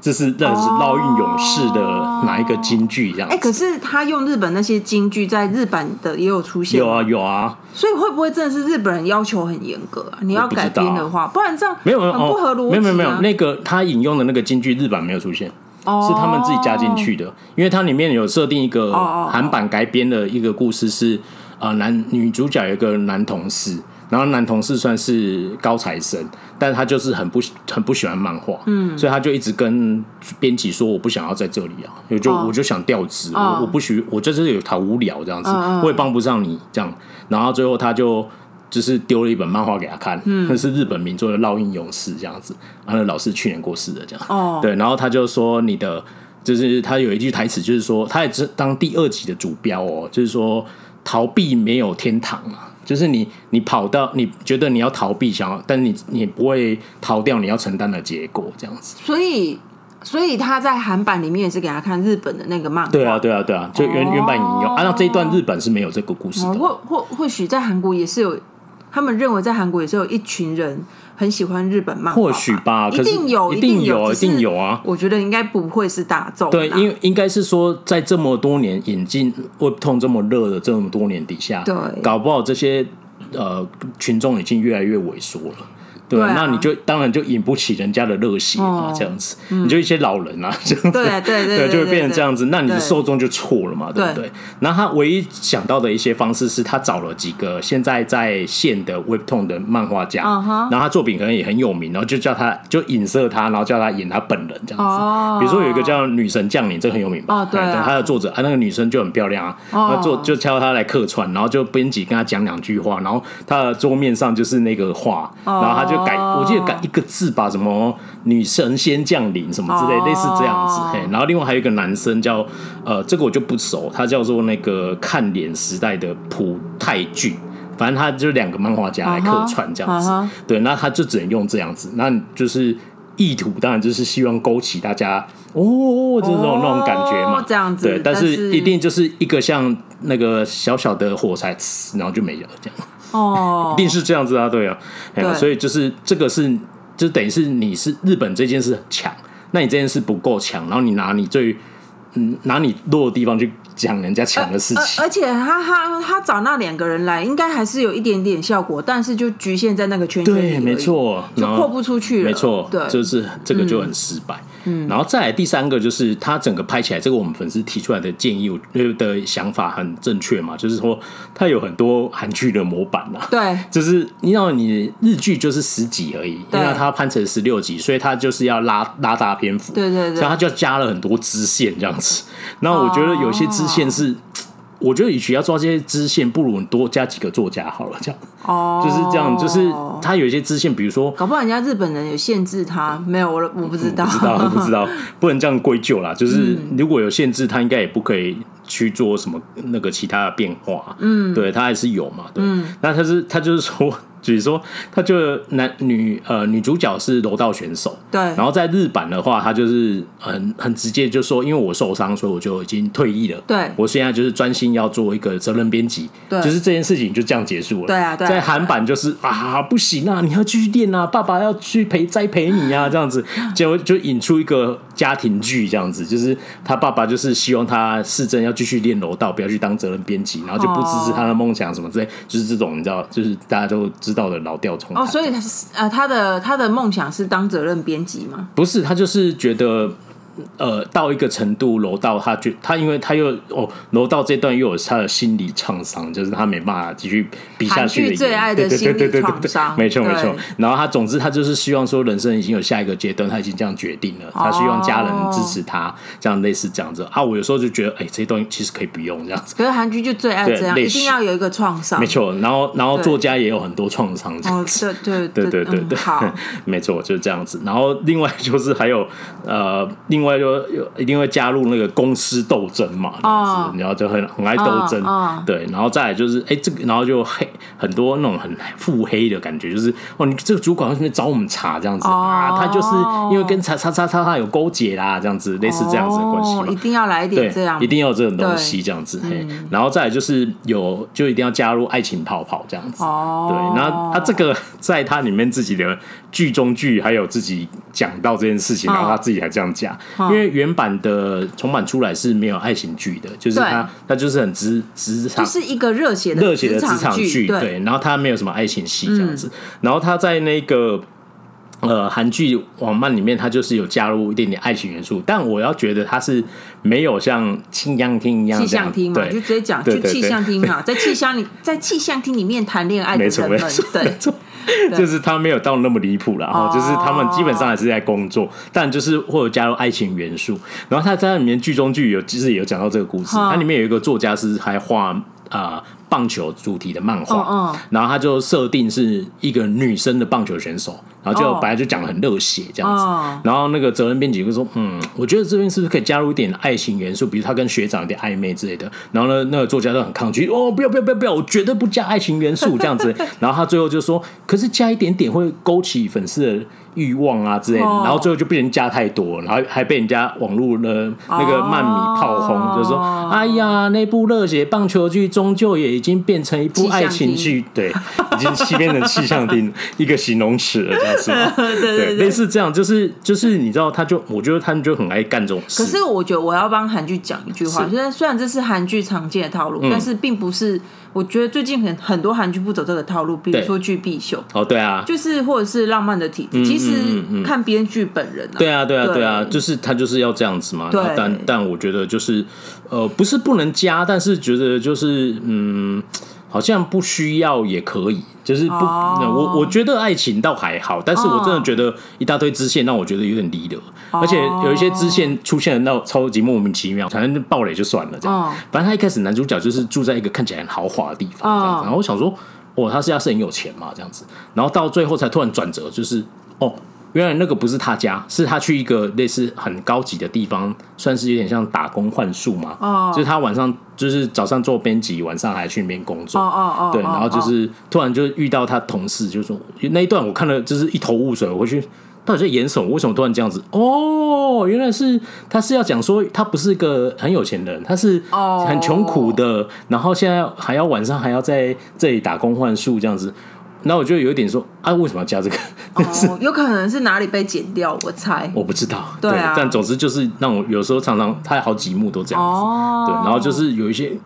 A: 这是让人是烙印勇士的哪一个金句这样
B: 哎，
A: 子？
B: 可是他用日本那些京剧，在日版的也有出现，
A: 有啊，有啊，
B: 所以会不会真的是日本人要求很严格啊？你要
A: 我不知
B: 改
A: 道啊
B: 编的话，不然这样
A: 没有没有
B: 很不合
A: 哦
B: 逻辑啊。
A: 没有没有没有，那个他引用的那个金句日版没有出现。
B: 哦
A: 是他们自己加进去的，因为它里面有设定一个
B: 哦哦
A: 韩版改编的一个故事是，呃，男女主角有一个男同事，然后男同事算是高材生，但是他就是很不很不喜欢漫画，嗯，所以他就一直跟编辑说我不想要在这里啊，我就、
B: 哦
A: 我就想调职，
B: 哦
A: 我我不许我就是有好无聊这样子，
B: 嗯嗯
A: 我也帮不上你这样，然后最后他就。就是丢了一本漫画给他看，那是日本名作的《烙印勇士》这样子。然后老师去年过世的这样，
B: 哦
A: 对，然后他就说你的，就是他有一句台词，就是说他也是当第二集的主标哦，就是说逃避没有天堂啊，就是你你跑到你觉得你要逃避，想要，但是你你不会逃掉你要承担的结果，这样子。
B: 所以所以他在韩版里面也是给他看日本的那个漫画，
A: 对啊，对啊，对啊，就原、原版引用啊，那这一段日本是没有这个故事的
B: 哦，。或或或许在韩国也是有，他们认为在韩国也是有一群人很喜欢日本漫画吧，
A: 或许吧，可
B: 一
A: 是
B: 定有，
A: 一
B: 定
A: 定有，一定有啊！
B: 只是。我觉得应该不会是大众啦，
A: 对，因为应该是说，在这么多年引进 Web 痛这么热的这么多年底下，
B: 对
A: 搞不好这些呃群众已经越来越萎缩了。对啊，
B: 对啊
A: 那你就当然就引不起人家的热血嘛，
B: 哦
A: 这样子，你就一些老人啊， 这样子，
B: 对对对对
A: 就会变成这样子，
B: 对
A: 那你的
B: 对
A: 受众就错了嘛，对不
B: 对
A: 对？然后他唯一想到的一些方式是他找了几个现在在线的 Webtoon 的漫画家
B: 嗯哼
A: 然后他作品可能也很有名，然后就叫他就影射他，然后叫他演他本人这样子。
B: 哦
A: 比如说有一个叫《女神降临》，这个很有名吧？
B: 哦对啊
A: 哎他的作者啊，那个女生就很漂亮啊，
B: 哦
A: 那作就挑她来客串，然后就编辑跟她讲两句话，然后她的桌面上就是那个画，
B: 哦
A: 然后她就改，我记得改一个字吧，什么“女神先降临”什么之类，
B: 哦
A: 类似这样子。嘿，然后另外还有一个男生叫呃，这个我就不熟，他叫做那个看脸时代的朴泰俊。反正他就两个漫画家来客串这样子
B: 啊哈啊哈
A: 对，那他就只能用这样子，那就是意图当然就是希望勾起大家哦，就是这种、那种感觉嘛，
B: 哦这样子
A: 对，但
B: 但
A: 是
B: 是
A: 一定就是一个像那个小小的火柴，呲然后就没了，这样、
B: 哦
A: 一，定是这样子啊，对啊，哎呀
B: 对
A: 所以就是这个是就等于是你是日本这件事很强，那你这件事不够强，然后你拿你最嗯拿你弱的地方去讲人家强的事情，
B: 而而且他他他找那两个人来，应该还是有一点点效果，但是就局限在那个圈圈里而
A: 对，
B: 已，
A: 没错，
B: 就
A: 然后
B: 扩不出去了，
A: 没错，
B: 对，
A: 就是这个就很失败。嗯，然后再来第三个就是它整个拍起来，这个我们粉丝提出来的建议，我觉得想法很正确嘛，就是说它有很多韩剧的模板啊。
B: 对
A: 就是你知道，你日剧就是十集而已，因
B: 对
A: 为它拍成十六集，所以它就是要拉拉大篇幅，
B: 对对对哦
A: 所以它就加了很多支线这样子。那我觉得有些支线是，我觉得与其要抓这些支线，不如你多加几个作家好了，这样
B: 哦，
A: 就是这样，就是它有一些支线，比如说
B: 搞不好人家日本人有限制他，没有我我不知道，
A: 嗯不知道，不知道，不能这样归咎啦。就是如果有限制，他应该也不可以去做什么那个其他的变化。嗯，对他还是有嘛。对，那他是他就是说， 比如说，他就男女呃女主角是柔道选手，
B: 对
A: 然后在日版的话，他就是很很直接就说，因为我受伤，所以我就已经退役了。
B: 对
A: 我现在就是专心要做一个责任编辑，
B: 对
A: 就是这件事情就这样结束了。
B: 对啊对啊
A: 在韩版就是啊，不行啊，你要继续练啊，爸爸要去陪栽培你啊，这样 子，结果就引出一个家庭剧这样子，就是他爸爸就是希望他世珍要继续练柔道，不要去当责任编辑，然后就不支持他的梦想什么之类，就是这种你知道，就是大家都知道的老调重弹。
B: 哦，所以他是呃，他的他的梦想是当责任编辑嘛？
A: 不是，他就是觉得，呃，到一个程度，楼道他觉他，因为他又哦，楼道这段又有他的心理创伤，就是他没办法继续比下去的原
B: 韩剧
A: 因。
B: 最爱
A: 对
B: 的
A: 对对对对
B: 心理创
A: 对
B: 伤
A: 没错没错
B: 对。
A: 然后他总之他就是希望说，人生已经有下一个阶段，他已经这样决定
B: 哦
A: 了，他希望家人支持他，这样类似这样子啊。我有时候就觉得，哎、这一段其实可以不用这样子。
B: 可是韩剧就最爱
A: 对
B: 这样，
A: 类
B: 一
A: 似
B: 定要有一个创伤，
A: 没。错，然后然后
B: 对
A: 作家也有很多创伤这样
B: 哦
A: 子，，
B: 对对
A: 对对对
B: 嗯
A: 对，
B: 好，
A: 没错，就是这样子。然后另外 就是还有呃，另外就有一定会加入那个公司斗争嘛，这样子
B: 哦
A: 然后就很很爱斗争，
B: 哦哦
A: 对，然后再来就是哎、这个，然后就黑很多那种很腹黑的感觉，就是哦，你这个主管为什么找我们查这样子、
B: 哦
A: 啊？他就是因为跟查查查查他有勾结啦，这样子类似这样子的关系嘛。
B: 哦一定要来一点
A: 对，
B: 这样，嗯
A: 一定要有这种东西这样子。嘿，然后再来就是有，就一定要加入爱情泡泡这样子。
B: 哦
A: 对，那他这个 在他里面自己的剧中剧，还有自己讲到这件事情，
B: 嗯
A: 然后他自己还这样讲，因为原版的重版出来是没有爱情剧的，就是他
B: 对
A: 他就是很职职场
B: 就是一个热血的
A: 热血的职场剧，
B: 剧，嗯
A: 对，然后他没有什么爱情戏这样子，然后他在那个。呃，韩剧网漫里面，它就是有加入一点点爱情元素，但我要觉得它是没有像清样厅一样
B: 气
A: 这样
B: 象厅嘛，
A: 对
B: 就直接讲，
A: 对
B: 就
A: 对
B: 气
A: 对
B: 象厅嘛，在气象里，在气象厅里面谈恋爱的
A: 没错
B: 人们
A: 没错，没
B: 对，
A: 错，就是他没有到那么离谱啦，哦，就是他们基本上还是在工作，但就是会有加入爱情元素。然后他在里面剧中剧有，其实也有讲到这个故事，
B: 哦
A: 它里面有一个作家是还画啊、呃棒球主题的漫画，
B: 嗯嗯
A: 然后他就设定是一个女生的棒球选手，然后就
B: 哦
A: 本来就讲的很热血这样子，
B: 哦
A: 然后那个责任编辑就说，嗯，我觉得这边是不是可以加入一点爱情元素，比如他跟学长有点暧昧之类的，然后呢，那个作家就很抗拒，哦，不要不要不要不要，我绝对不加爱情元 素这样子，然后他最后就说，可是加一点点会勾起粉丝的。欲望啊之类的，
B: 哦
A: 然后最后就被人加太多，然后还被人家网络的那个漫迷炮轰，
B: 哦
A: 就说哎呀，那部热血棒球剧终究也已经变成一部爱情剧，对，已经气变成气象厅一个形容词了，这样子吗。
B: 对对
A: 对，类似这样，就是就是你知道，他就我觉得他们就很爱干这种事。
B: 可是我觉得我要帮韩剧讲一句话，
A: 是嗯
B: 虽然虽然这是韩剧常见的套路，但是并不是。我觉得最近很很多韩剧不走这个套路，比如
A: 对
B: 说《剧必修》，
A: 哦，对啊，
B: 就是或者是《浪漫的体质》
A: 嗯
B: 其实看编剧本人啊，
A: 对啊，对啊，
B: 对
A: 对啊，就是他就是要这样子嘛。
B: 对
A: 然后但但我觉得就是呃，不是不能加，但是觉得就是嗯，好像不需要也可以。就是不，
B: 哦
A: 那我我觉得爱情倒还好，但是我真的觉得一大堆支线让我觉得有点离的，
B: 哦
A: 而且有一些支线出现的到超级莫名其妙，反正就暴雷就算了这样。
B: 哦
A: 反正他一开始男主角就是住在一个看起来很豪华的地方，这样子
B: 哦
A: 然后我想说，哦，他是要是很有钱嘛这样子，然后到最后才突然转折，就是哦。原来那个不是他家，是他去一个类似很高级的地方，算是有点像打工换宿嘛。
B: 哦
A: 就是他晚上就是早上做编辑，晚上还去那边工作。
B: 哦哦哦，
A: 对，
B: 哦
A: 然后就是突然就遇到他同事，就说哎那一段我看了就是一头雾水，我回去到底在演什么？为什么突然这样子？哦，原来是他是要讲说他不是个很有钱人，他是
B: 哦
A: 很穷苦的，然后现在还要晚上还要在这里打工换宿这样子。那我就有一点说啊，为什么要加这个？
B: 哦，有可能是哪里被剪掉，我猜。
A: 我不知道，
B: 对啊
A: 但总之就是让我有时候常常他好几幕都这样子，
B: 哦，
A: 对，然后就是有一些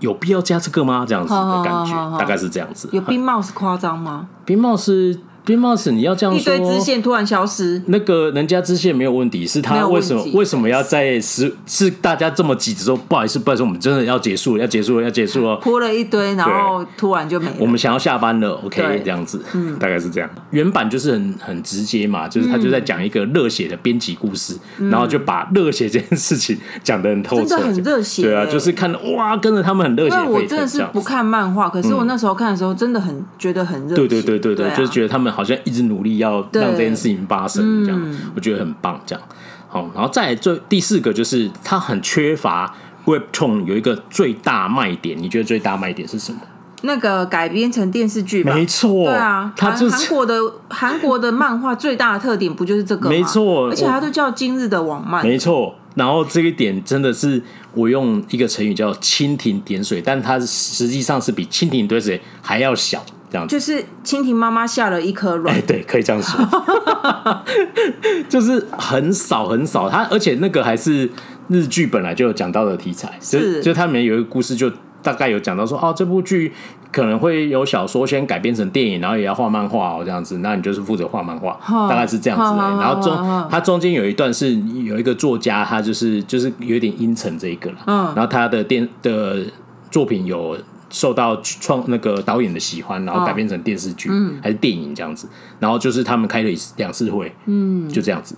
A: 有必要加这个吗？这样子的感觉，
B: 好好好好
A: 大概是这样子。
B: 有冰帽是夸张吗？
A: 冰帽是冰帽是你要这样
B: 一堆支
A: 说。
B: 线突然消失，
A: 那个人家支线没有问题，是
B: 没
A: 他
B: 有
A: 为
B: 问
A: 什么
B: 题
A: 为什么要在十是大家这么急着说不好意思不好意思，我们真的要结束了要结束了要结束了，
B: 铺了一堆，然后突然就没
A: 我
B: 了。
A: 们想要下班了，OK
B: 对嗯
A: 这样子，大概是这样。原版就是很很直接嘛，就是他就在讲一个热血的编辑故事，然后就把热血这件事情讲得很透彻，
B: 嗯真的很热血
A: 对啊，
B: 欸
A: 就是看哇跟着他们很热血
B: 因为我
A: 沸
B: 真
A: 腾这
B: 的是
A: 样
B: 不
A: 子。
B: 看漫画，可是我那时候看的时候，真的很觉得很热血。
A: 对对对对对，
B: 啊
A: 就是觉得他们好像一直努力要让这件事情发生，这样、
B: 嗯
A: 我觉得很棒。这样好，然后再来最第四个就是它很缺乏 Webtoon 有一个最大卖点，你觉得最大卖点是什么？
B: 那个改编成电视剧吧。
A: 没错，
B: 对啊，
A: 它
B: 韩
A: 哦就
B: 韩
A: 是
B: 国的韩国的漫画最大的特点不就是这个吗？
A: 没错
B: 而且
A: 我
B: 它都叫今日的网漫。
A: 没错。然后这一点真的是我用一个成语叫蜻蜓点水，但它实际上是比蜻蜓点水还要小，这样子。
B: 就是蜻蜓妈妈下了一颗
A: 哎、
B: 卵，
A: 对，可以这样说， 就是很少很少。它而且那个还是日剧本来就有讲到的题材，就是就它里面有一个故事，就大概有讲到说，哦，这部剧可能会有小说先改编成电影，然后也要画漫画哦，这样子。那你就是负责画漫画，大概是这样子的
B: 好好。好
A: 然后
B: 好好
A: 中它中间有一段是有一个作家，他就是就是有点阴沉这一个了，
B: 嗯
A: 然后他的电的作品有受到创那个导演的喜欢，然后改编成电视剧、
B: 嗯
A: 还是电影这样子，然后就是他们开了一次两次会，嗯，就这样子，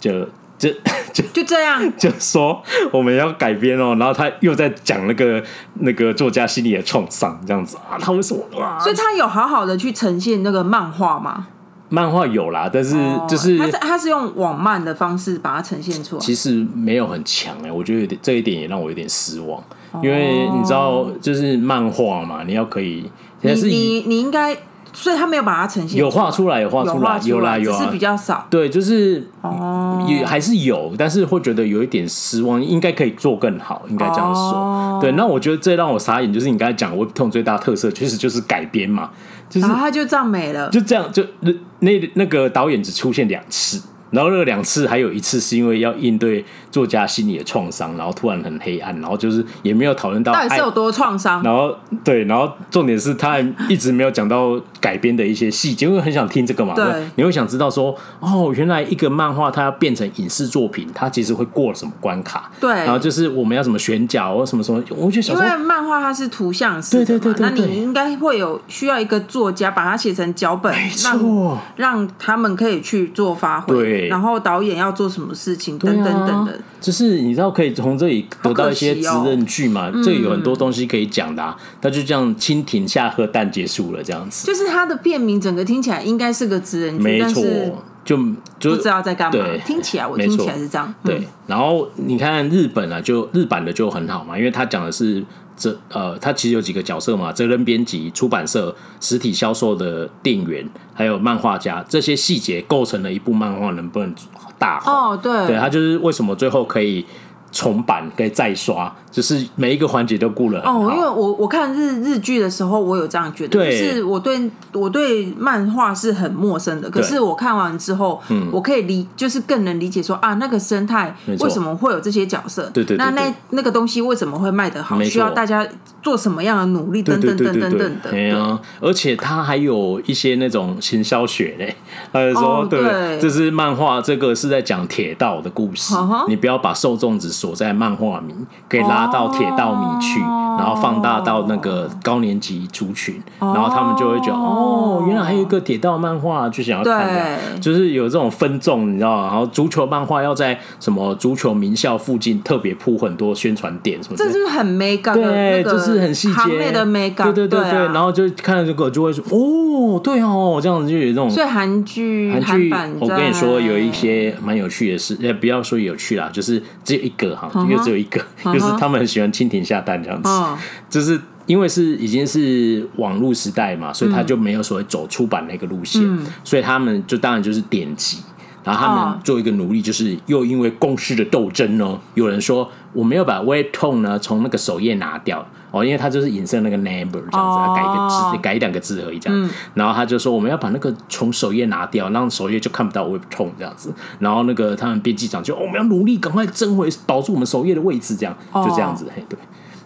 A: 就就 就
B: 就这 样。
A: 就说我们要改编哦，然后他又在讲那个那个作家心里的创伤这样子啊，他为什么哇？
B: 所以他有好好的去呈现那个漫画嘛？
A: 漫画有啦，但是
B: 哦
A: 就是、
B: 他是他是用网漫的方式把它呈现出来。
A: 其实没有很强哎、我觉得有点这一点也让我有点失望，
B: 哦
A: 因为你知道就是漫画嘛，你要可以，但
B: 你
A: 是以
B: 你你应该，所以他没有把它呈现
A: 有画出来，有画
B: 有
A: 出
B: 画
A: 来，
B: 出
A: 有啦有
B: 只
A: 啊
B: 是比，较少。
A: 对，就是
B: 哦
A: 也还是有，但是会觉得有一点失望，应该可以做更好，应该这样说。
B: 哦
A: 对，那我觉得最让我傻眼就是你刚才讲 Webtoon 最大的特色，其实就是改编嘛，就是
B: 然后他就这样没了。
A: 就这样，就那那那个导演只出现两次，然后那两次还有一次是因为要应对作家心理的创伤，然后突然很黑暗，然后就是也没有讨论到
B: 到底
A: 爱
B: 是有多创伤？
A: 然后对，然后重点是他还一直没有讲到改编的一些细节，因为很想听这个嘛，
B: 对
A: 你会想知道说，哦，原来一个漫画它要变成影视作品，它其实会过了什么关卡，
B: 对
A: 然后就是我们要怎么选角或什么什么，我就想
B: 因
A: 说
B: 为，漫画它是图像式的嘛，
A: 对对对对
B: 那
A: 对
B: 你应该会有需要一个作家把它写成脚本，让
A: 错
B: 让他们可以去做发挥，
A: 对
B: 然后导演要做什么事情，
A: 对
B: 等等等的
A: 啊，，就是你知道可以从这里得到一些
B: 好可
A: 知
B: 惜哦
A: 认句嘛，这里有很多东西可以讲的、啊，那就这样蜻蜓下河蛋结束了，这样子，
B: 就是它的片名整个听起来应该是个职人剧，
A: 没
B: 但
A: 错
B: 是，
A: 就就
B: 不知道在干嘛
A: 对，
B: 听起来我
A: 没
B: 听
A: 错
B: 起来是这样，嗯
A: 对，然后你看日本啊，就日版的就很好嘛，因为它讲的是这呃，它其实有几个角色嘛，责任编辑、出版社、实体销售的店员，还有漫画家，这些细节构成了一部漫画能不能大红。
B: 哦对
A: 对，它就是为什么最后可以重版、可以再刷，就是每一个环节都顾了很
B: 哦，因为
A: 好。
B: 我我看日日剧的时候，我有这样觉得，就
A: 对
B: 是我对我对漫画是很陌生的，可
A: 对嗯
B: 是我看完之后，我可以理，就是更能理解说啊，那个生态
A: 没错
B: 为什么会有这些角色，
A: 对对对
B: 那那
A: 对
B: 那个东西为什么会卖得好，
A: 没错
B: 需要大家做什么样的努力，
A: 对
B: 等
A: 对
B: 等
A: 对
B: 等
A: 对
B: 等
A: 对
B: 等，
A: 哎
B: 等。
A: 呀，而且它还有一些那种行销学嘞，他就说，
B: 哦
A: 对不对？
B: 对
A: 这是漫画，这个是在讲铁道的故事
B: 嗯哼，
A: 你不要把受众只锁在漫画迷，可以拉到铁道迷去，
B: 哦
A: 然后放大到那个高年级族群，然后他们就会觉得，哦，原来还有一个铁道漫画，就想要看这样。
B: 对
A: 就是有这种分众，你知道吗？然后足球漫画要在什么足球名校附近特别铺很多宣传点什么之类
B: 这
A: 的，
B: 就是很 mega 的
A: 对，
B: 那个
A: 就是很细节，
B: 行内的 mega，
A: 对对对
B: 对啊
A: 然后就看了这个就会说，哦，对哦，这样子就有一种。
B: 所以嗯韩剧
A: 韩剧
B: 版，，
A: 我跟你说，有一。些蛮有趣的事，呃，不要说有趣啦，就是只有一个哈，又只有一个，就是他们很喜欢蜻蜓下蛋这样子，
B: 嗯，
A: 就是因为是已经是网络时代嘛，所以他就没有所谓走出版那个路线，所以他们就当然就是典籍。然后他们
B: 嗯哦
A: 做一个努力，就是又因为公司的斗争呢，有人说我没有把 Webtoon 呢从那个首页拿掉哦，因为它就是引申那个 neighbor 这样子，
B: 哦
A: 改一个字，改两个字而已这
B: 嗯
A: 样。然后他就说我们要把那个从首页拿掉，让首页就看不到 Webtoon 这样子。然后那个他们编辑长就、哦我们要努力赶快争回保住我们首页的位置，这样
B: 哦
A: 就这样子，嘿对。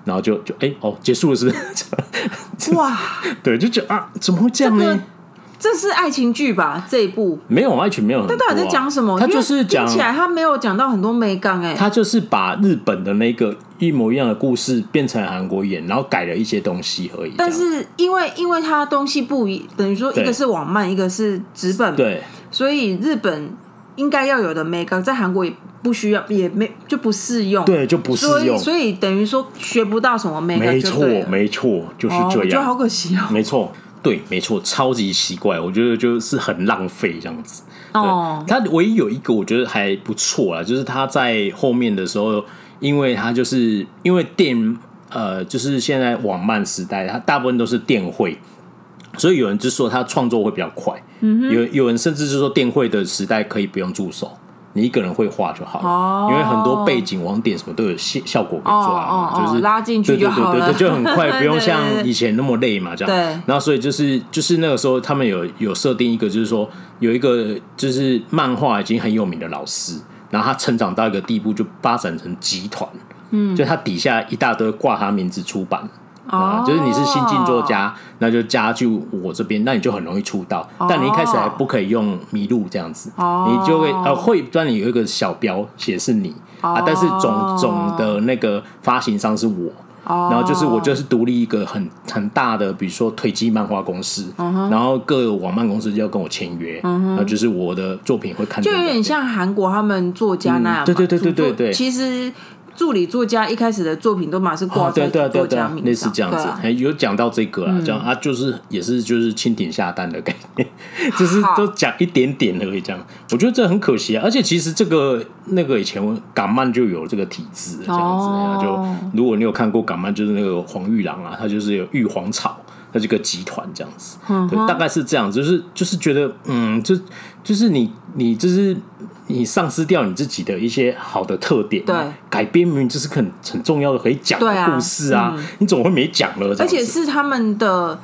A: 然后就就哎、哦，结束了是不是？
B: 哇，
A: 对，就觉得啊，怎么会这样呢？
B: 这个这是爱情剧吧？这一部
A: 没有爱群没有很多啊，
B: 到底在讲什么？
A: 他
B: 因为
A: 就是讲
B: 听起来他没有讲到很多美感哎、
A: 他就是把日本的那个一模一样的故事变成韩国演，然后改了一些东西而已。
B: 但
A: 这样
B: 是因为因为他东西不一，等于说
A: 对
B: 一个是网漫，一个是纸本，
A: 对
B: 所以日本应该要有的美感在韩国也不需要，也没就不适用，
A: 对，就不适
B: 所以
A: 用。
B: 所以等于说学不到什么美感，
A: 没错，没错，就是
B: 哦，
A: 这
B: 我觉得好
A: 样。
B: 可惜哦。
A: 没错，对，没错，超级奇怪，我觉得就是很浪费这样子。对
B: 哦，
A: 他唯一有一个我觉得还不错啦，啊就是他在后面的时候，因为他就是因为电呃，就是现在网漫时代，他大部分都是电绘，所以有人就说他创作会比较快，嗯、有有人甚至是说电绘的时代可以不用助手。你一个人会画就好了，
B: 哦
A: 因为很多背景网点什么都有效效果可以抓嘛，
B: 哦哦哦
A: 就是
B: 拉进去
A: 对对
B: 就好
A: 对对
B: 了
A: 对，就很快， 不用像
B: 对对对
A: 以前那么累嘛，这样。
B: 对
A: 然后所以就是就是那个时候，他们有有设定一个，就是说有一个就是漫画已经很有名的老师，然后他成长到一个地步，就发展成集团。嗯，就他底下一大堆挂他名字出版。啊，
B: 哦
A: 就是你是新晋作家，那就加入我这边，那你就很容易出道。但你一开始还不可以用迷路这样子，
B: 哦
A: 你就会呃会让你有一个小标写是你、
B: 哦
A: 啊，但是总总的那个发行商是我。
B: 哦
A: 然后就是我就是独立一个很很大的，比如说推机漫画公司，
B: 嗯
A: 然后各网漫公司就要跟我签约，然后就是我的作品会看
B: 就
A: 到
B: 有
A: 的
B: 点像韩国他们作家那样嘛、
A: 嗯对对对对
B: 主作
A: 对对
B: 其实助理作家一开始的作品都嘛是挂
A: 哦，
B: 在
A: 对对
B: 作
A: 对对
B: 家
A: 啊，
B: 名
A: 类
B: 上，
A: 似这样子，
B: 对嗯啊
A: 哎有讲到这个啦，这样啊，就是也是就是蜻蜓下蛋的概念， 只是
B: 好
A: 都讲一点点而已，这样，我觉得这很可惜啊。而且其实这个那个以前港漫就有这个体制，这样子，
B: 哦
A: 哎呀就如果你有看过港漫，就是那个黄玉郎啊，他就是有玉皇朝。它这个集团这样子，
B: 嗯
A: 对，大概是这样，就是就是觉得，嗯，就就是你你就是你丧失掉你自己的一些好的特点，
B: 对
A: 改编明明就是很很重要的可以讲
B: 对
A: 的
B: 啊
A: 故事啊，你怎么会没讲了？这样子
B: 而且是他们的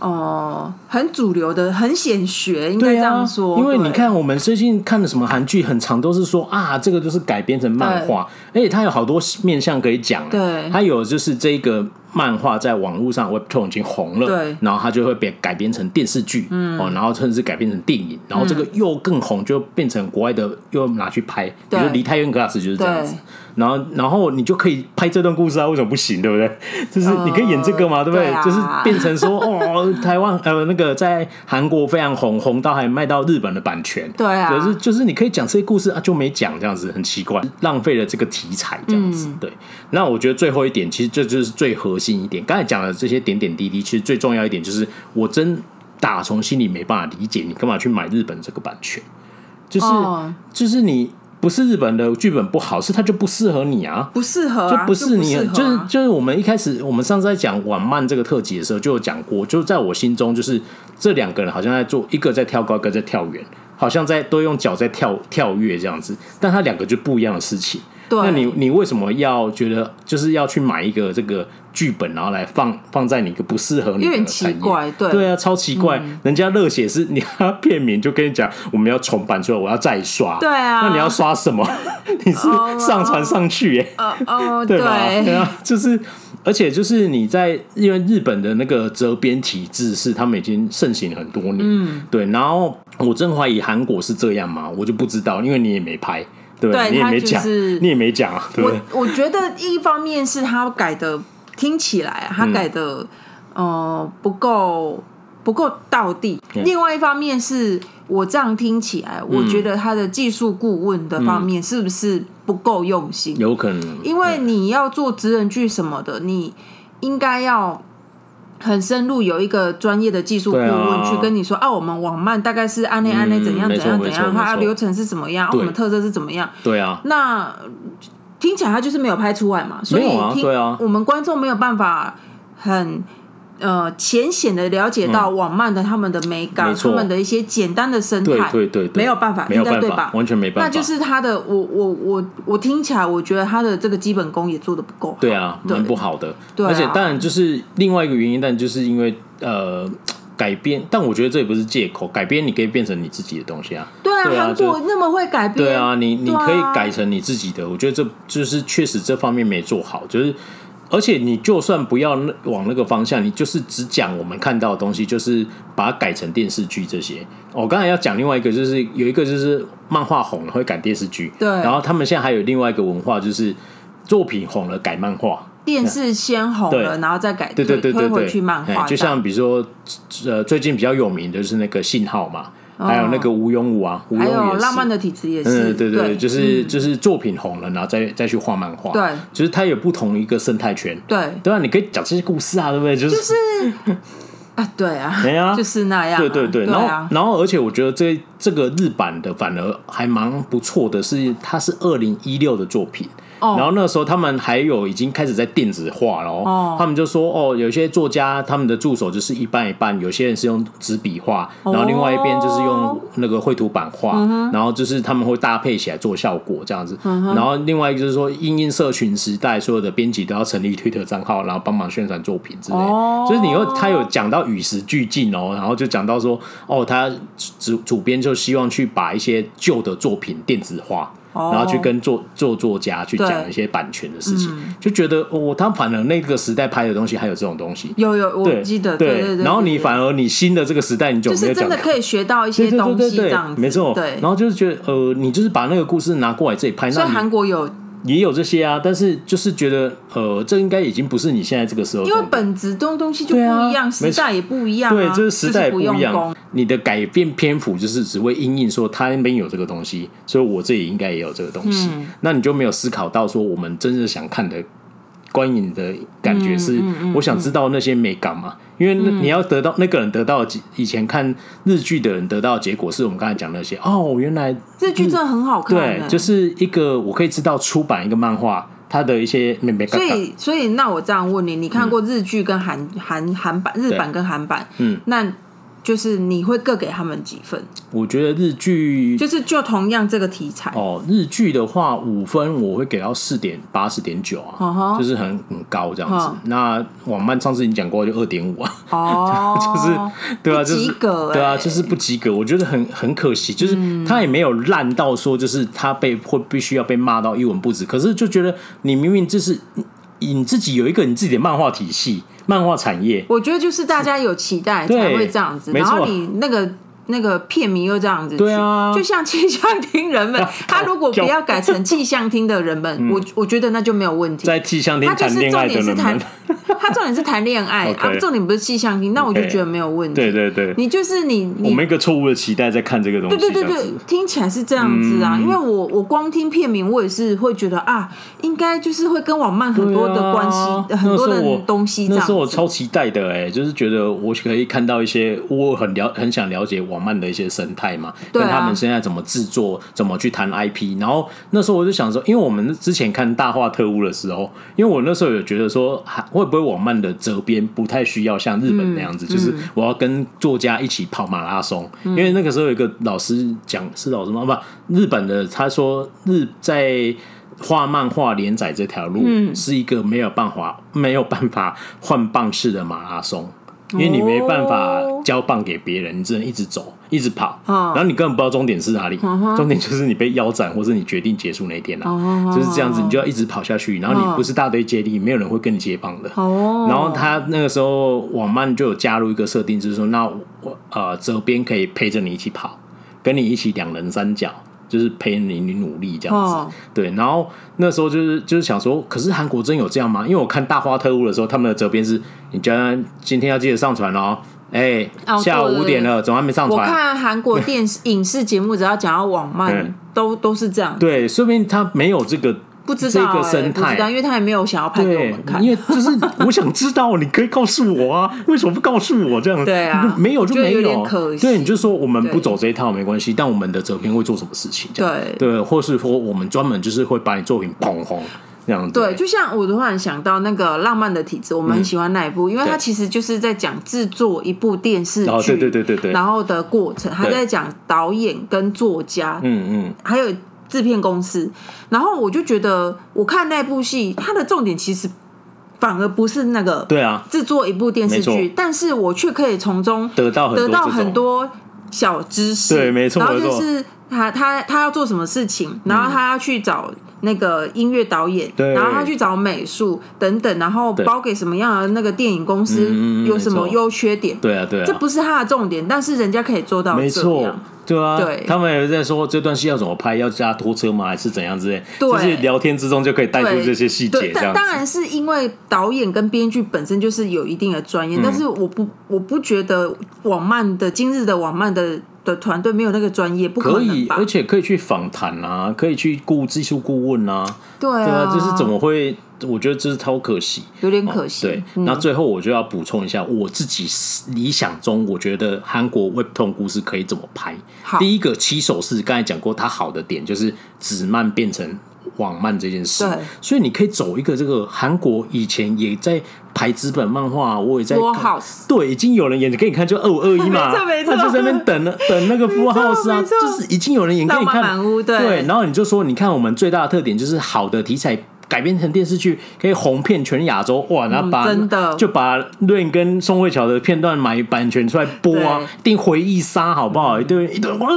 B: 哦、很主流的，很显学，应该这样说。
A: 啊因为你
B: 对啊
A: 看我们最近看的什么韩剧，很长都是说啊，这个就是改编成漫画，而且它有好多面向可以讲。
B: 对
A: 它有就是这个漫画在网络上 Webtoon 已经红了，
B: 对嗯
A: 然后它就会被改编成电视剧，哦，然后甚至改编成电影，然后这个又更红，就变成国外的又拿去拍，比
B: 对
A: 如说《梨泰院 Class》就是这样子
B: 对。
A: 然后，然后你就可以拍这段故事啊，为什么不行？对不对？ 就是你可以演这个嘛，对不对？
B: 对啊
A: 就是变成说，哦，台湾呃那个在韩国非常红，红到还卖到日本的版权。
B: 对啊
A: 可是就是你可以讲这些故事啊，就没讲这样子，很奇怪，浪费了这个题材这样
B: 嗯
A: 子。对，那我觉得最后一点，其实这就是最核心一点。刚才讲的这些点点滴滴，其实最重要一点就是，我真打从心里没办法理解，你干嘛去买日本这个版权？就是、
B: 哦
A: 就是你不是日本的剧本不好，是它就不适合你啊。
B: 不适合、
A: 就
B: 啊，
A: 不
B: 就是
A: 你，
B: 适合啊
A: 就是就是我们一开始我们上次在讲晚漫这个特辑的时候就有讲过，就在我心中就是这两个人好像在做，一个在跳高，一个在跳远，好像在都用脚在跳跳跃这样子，但他两个就不一样的事情。
B: 对
A: 那 你你为什么要觉得就是要去买一个这个剧本，然后来放放在你一个不适合你的
B: 有点
A: 产
B: 奇
A: 业
B: 怪，对嗯
A: 对啊，超奇怪。人家热血是你要片名就跟你讲，我们要重版，所以我要再刷。
B: 对啊哦
A: 那你要刷什么？ 你是上传上去耶、
B: 呃哦，
A: 对吧？对啊，就是，而且就是你在因为日本的那个责编体制是他们已经盛行很多年，嗯，对。然后我真怀疑韩国是这样吗？我就不知道，因为你也没拍，对不
B: 对
A: 你也
B: 他
A: 没
B: 就
A: 讲，
B: 是
A: 你也没讲啊，对不
B: 我
A: 对？
B: 我觉得一方面是他改的，听起来啊他改的、呃不够不够到地。
A: Yeah 嗯
B: 另外一方面是我这样听起来，我觉得他的技术顾问的方面是不是不够用心？
A: 有可能，
B: 因为你要做职人剧什么的，你应该要。很深入，有一个专业的技术顾
A: 对啊嗯
B: 问去跟你说啊，我们网漫大概是按内按内怎样
A: 没
B: 怎
A: 错
B: 样
A: 没
B: 怎
A: 错
B: 样，它
A: 没错
B: 流程是怎么样，啊
A: 对
B: 我们特色是怎么样，
A: 对啊，
B: 那听起来他就是没有拍出来嘛，所以
A: 没有啊
B: 听
A: 对啊
B: 我们观众没有办法很呃浅显的了解到网漫的他们的美感，
A: 嗯没
B: 他
A: 错
B: 们的一些简单的生
A: 对
B: 态，
A: 对对对
B: 没有办法，
A: 没有
B: 应该
A: 办
B: 对
A: 法
B: 吧，？
A: 完全没办法，
B: 那就是他的，我我我我听起来，我觉得他的这个基本功也做的不够好。
A: 对啊，
B: 对
A: 蛮不好的。
B: 对啊
A: 而且当然就是另外一个原因，但就是因为呃改编，但我觉得这也不是借口，改编你可以变成你自己的东西啊。
B: 对啊，
A: 对啊
B: 韩国那么会改编，
A: 对啊，你你
B: 对啊
A: 可以改成你自己的，我觉得这就是确实这方面没做好，就是而且你就算不要那往那个方向，你就是只讲我们看到的东西，就是把它改成电视剧这些。我、刚才要讲另外一个，就是有一个就是漫画红了会改电视剧，
B: 对
A: 然后他们现在还有另外一个文化，就是作品红了改漫画。
B: 电视先红了，
A: 对
B: 然后再改，
A: 对对对对
B: 推
A: 对，
B: 回去漫
A: 哎
B: 画，
A: 就像比如说，呃，最近比较有名的就是那个信号嘛，还有那个吴庸武啊，吴
B: 哦还
A: 庸武
B: 有
A: 也是
B: 浪漫的体质也是，
A: 嗯，对对对，就是、就是作品红了，然后再再去画漫画，
B: 对，
A: 就是它有不同一个生态圈，
B: 对
A: 对啊，你可以讲这些故事啊，对不对？就是、
B: 就是啊，对啊，
A: 哎呀
B: 就是那样啊、
A: 对对对，然后、
B: 啊，
A: 然后而且我觉得这这个日版的反而还蛮不错的是，它是二零一六的作品。
B: 哦
A: 然后那时候他们还有已经开始在电子化了、
B: 哦
A: 他们就说哦，有些作家他们的助手就是一半一半，有些人是用纸笔画，然后另外一边就是用
B: 哦
A: 那个绘图板画，
B: 嗯
A: 然后就是他们会搭配起来做效果这样子。然后另外一个就是说，因应社群时代，所有的编辑都要成立推特账号，然后帮忙宣传作品之类的。
B: 哦
A: 就是你又他有讲到与时俱进哦，然后就讲到说哦，他主主编就希望去把一些旧的作品电子化。
B: 哦
A: 然后去跟作做作家去讲
B: 对
A: 一些版权的事情，
B: 嗯
A: 就觉得哦，他反而那个时代拍的东西还有这种东西，
B: 有有，我
A: 对，
B: 记得，
A: 对
B: 对对对。
A: 然后你
B: 对
A: 反而你新的这个时代，你就
B: 就
A: 没有
B: 是
A: 讲
B: 真的可以学到一
A: 对
B: 些
A: 对
B: 东
A: 对对
B: 西，这
A: 对
B: 样，子，
A: 没错。
B: 对
A: 然。后就是觉得呃，你就是把那个故事拿过来这里拍，
B: 所以
A: 那
B: 韩
A: 你
B: 国有，
A: 也有这些啊，但是就是觉得呃，这应该已经不是你现在这个时候这
B: 因
A: 种，
B: 为本质东东西就不
A: 对啊
B: 一样，
A: 没
B: 时
A: 错
B: 代也不一样、啊，
A: 对，
B: 就是
A: 时代也
B: 不
A: 一
B: 用
A: 样
B: 功。。
A: 你的改变篇幅就是只会因应说他那边有这个东西，所以我这里应该也有这个东西。
B: 嗯
A: 那你就没有思考到说我们真正想看的观影的感觉
B: 嗯
A: 是，我想知道那些美感嘛。因为那你要得到、那个人得到的以前看日剧的人得到的结果，是我们刚才讲的那些哦，原来
B: 这剧真的很好看、欸，
A: 对，就是一个我可以知道出版一个漫画它的一些美美感
B: 所。以，所以那我这样问你，你看过日剧跟韩韩韩版、日版跟韩版？
A: 嗯嗯，
B: 那就是你会各给他们几分？
A: 我觉得日剧
B: 就是就同样这个题材，
A: 哦，日剧的话五分我会给到四点八、四点九啊
B: 嗯哼
A: 就是很很高这样子。
B: 嗯
A: 那网漫上次你讲过就二点五啊，
B: 哦，
A: 就是对啊，
B: 不
A: 就是
B: 及格
A: 对啊，
B: 欸嗯
A: 就是不及格。我觉得很很可惜，就是他也没有烂到说就是他被会必须要被骂到一文不值。可是就觉得你明明就是你你自己有一个你自己的漫画体系、漫画产业，
B: 我觉得就是大家有期待
A: 对
B: 才会这样子，
A: 没
B: 然
A: 错
B: 后你那个。那个片名又这样子去，
A: 对啊
B: 就像气象厅人 们，他如果不要改成气象厅的人们，我我觉得那就没有问
A: 嗯
B: 题。
A: 在气象厅
B: 他就
A: 谈
B: 是
A: 恋爱
B: 重
A: 的
B: 点是
A: 人
B: 谈
A: 们，，
B: 他重点是谈恋爱
A: OK
B: 啊，重点不是气象厅，那我就觉得没有问题。
A: 对对对，
B: 你就是你，
A: 我
B: 你
A: 们一个错误的期待在看这个东西，
B: 对对对
A: 这样
B: 对
A: 子，嗯
B: 听起来是这样子啊，因为我我光听片名，我也是会觉得啊，应该就是会跟网漫很多的关系，
A: 对啊
B: 很多
A: 那时候我
B: 的东西这
A: 那
B: 样
A: 时候我
B: 子。
A: 超期待的哎、就是觉得我可以看到一些我很了很想了解网漫的一些生态嘛，
B: 对啊
A: 跟他们现在怎么制作，怎么去谈 IP。然后那时候我就想说，因为我们之前看《大话特务》的时候，因为我那时候有觉得说，还会不会网漫的责编不太需要像日本那样子，就是我要跟作家一起跑马拉松。因为那个时候有一个老师讲是老师吗？不，日本的他说日在。画漫画连载这条路、是一个没有办法没有办法换棒式的马拉松，因为你没办法
B: 哦
A: 交棒给别人，你只能一直走，一直跑，
B: 嗯
A: 然后你根本不知道终点是哪里，终点就是你被腰斩，或是你决定结束那一天啊，
B: 哦
A: 就是这样子，你就要一直跑下去，然后
B: 嗯
A: 你不是大队接力，没有人会跟你接棒的。
B: 哦，
A: 然后他那个时候网漫就有加入一个设定，就是说，那我呃责编可以陪着你一起跑，跟你一起两人三角，就是陪你你努力这样子。
B: 哦
A: 对，然后那时候就是就是想说，可是韩国真有这样吗？因为我看《大花特务》的时候，他们的责编是，你今天今天要记得上传哦，哎、
B: 哦
A: 下午
B: 对
A: 五点了，怎么还没上
B: 我
A: 传？
B: 看韩国电视影视节目，只要讲到网漫
A: 嗯，
B: 都都是这样，
A: 对，说明他没有这个
B: 不知道
A: 这个
B: 欸
A: 生
B: 不知道，
A: 态。
B: 因为他也没有想要拍给
A: 对
B: 我们，看
A: 因。为就是 我想知道，你可以告诉我啊，为什么不告诉我这样？
B: 对啊
A: 没有就没
B: 我觉得有点可惜
A: 对，你就说我们
B: 对
A: 不走这一套没关系，但我们的责编会做什么事情？这样
B: 对
A: 对，或是说我们专门就是会把你作品捧红这样子。
B: 对，就像我突然想到那个《浪漫的体质》，我
A: 嗯
B: 们很喜欢那一部，因为它
A: 对
B: 其实就是在讲制作一部电视剧，
A: 哦对对对对对
B: 然后的过程，他
A: 对
B: 在讲导演跟作家，
A: 嗯嗯，
B: 还有制片公司。然后我就觉得，我看那部戏，它的重点其实反而不是那个
A: 对啊，
B: 制作一部电视
A: 没
B: 剧
A: 错，
B: 但是我却可以从中
A: 得到很多
B: 得到
A: 这种
B: 很多小知识，
A: 对没错
B: 然后
A: 没
B: 就
A: 错嗯
B: 是他他他要做什么事情，然后他要去找那个音乐导演，
A: 对
B: 然后他去找美术等等，然后
A: 对
B: 包给什么样的那个电影公司
A: 嗯嗯嗯
B: 有什么
A: 没错
B: 优缺点，
A: 对啊对啊，
B: 这不是他的重点，但是人家可以做到
A: 没
B: 这
A: 错
B: 样。，
A: 对啊，
B: 对
A: 他们有在说这段戏要怎么拍，要加拖车吗，还是怎样之类，
B: 对
A: 就是聊天之中就可以带出
B: 对
A: 这些细节，
B: 对，
A: 这样
B: 但
A: 子
B: 当然是因为导演跟编剧本身就是有一定的专
A: 嗯
B: 业，但是我不我不觉得网漫的今日的网漫的的团队没有那个专业，不
A: 可
B: 能
A: 以，
B: 吧
A: 而？且可以去访谈啊，可以去雇技术顾问啊，
B: 对
A: 对
B: 啊
A: 啊，，就是怎么会？我觉得这是超可惜。
B: 有点可惜。嗯
A: 对，那最后我就要补充一下，我自己理想中，我觉得韩国 Webtoon 故事可以怎么拍
B: 好？
A: 第一个起手式，刚才讲过，它好的点就是纸漫变成网漫这件事
B: 对，
A: 所以你可以走一个这个韩国以前也在排纸本漫画，我也在
B: Full
A: 看
B: House
A: 对，已经有人演给你看，就二五二一嘛，
B: 没错没错
A: 他就在那边等了等那个 Full House 啊，
B: 没错
A: 就是已经有人演给你
B: 浪漫
A: 看
B: 满屋对
A: 对，然后你就说，你看我们最大的特点就是好的题材改编成电视剧，可以红遍全亚洲，哇！然后把、
B: 嗯真的
A: 就把润跟宋慧乔的片段买版权出来播啊
B: 对，嗯
A: 一定回忆杀好不好？一堆一堆哇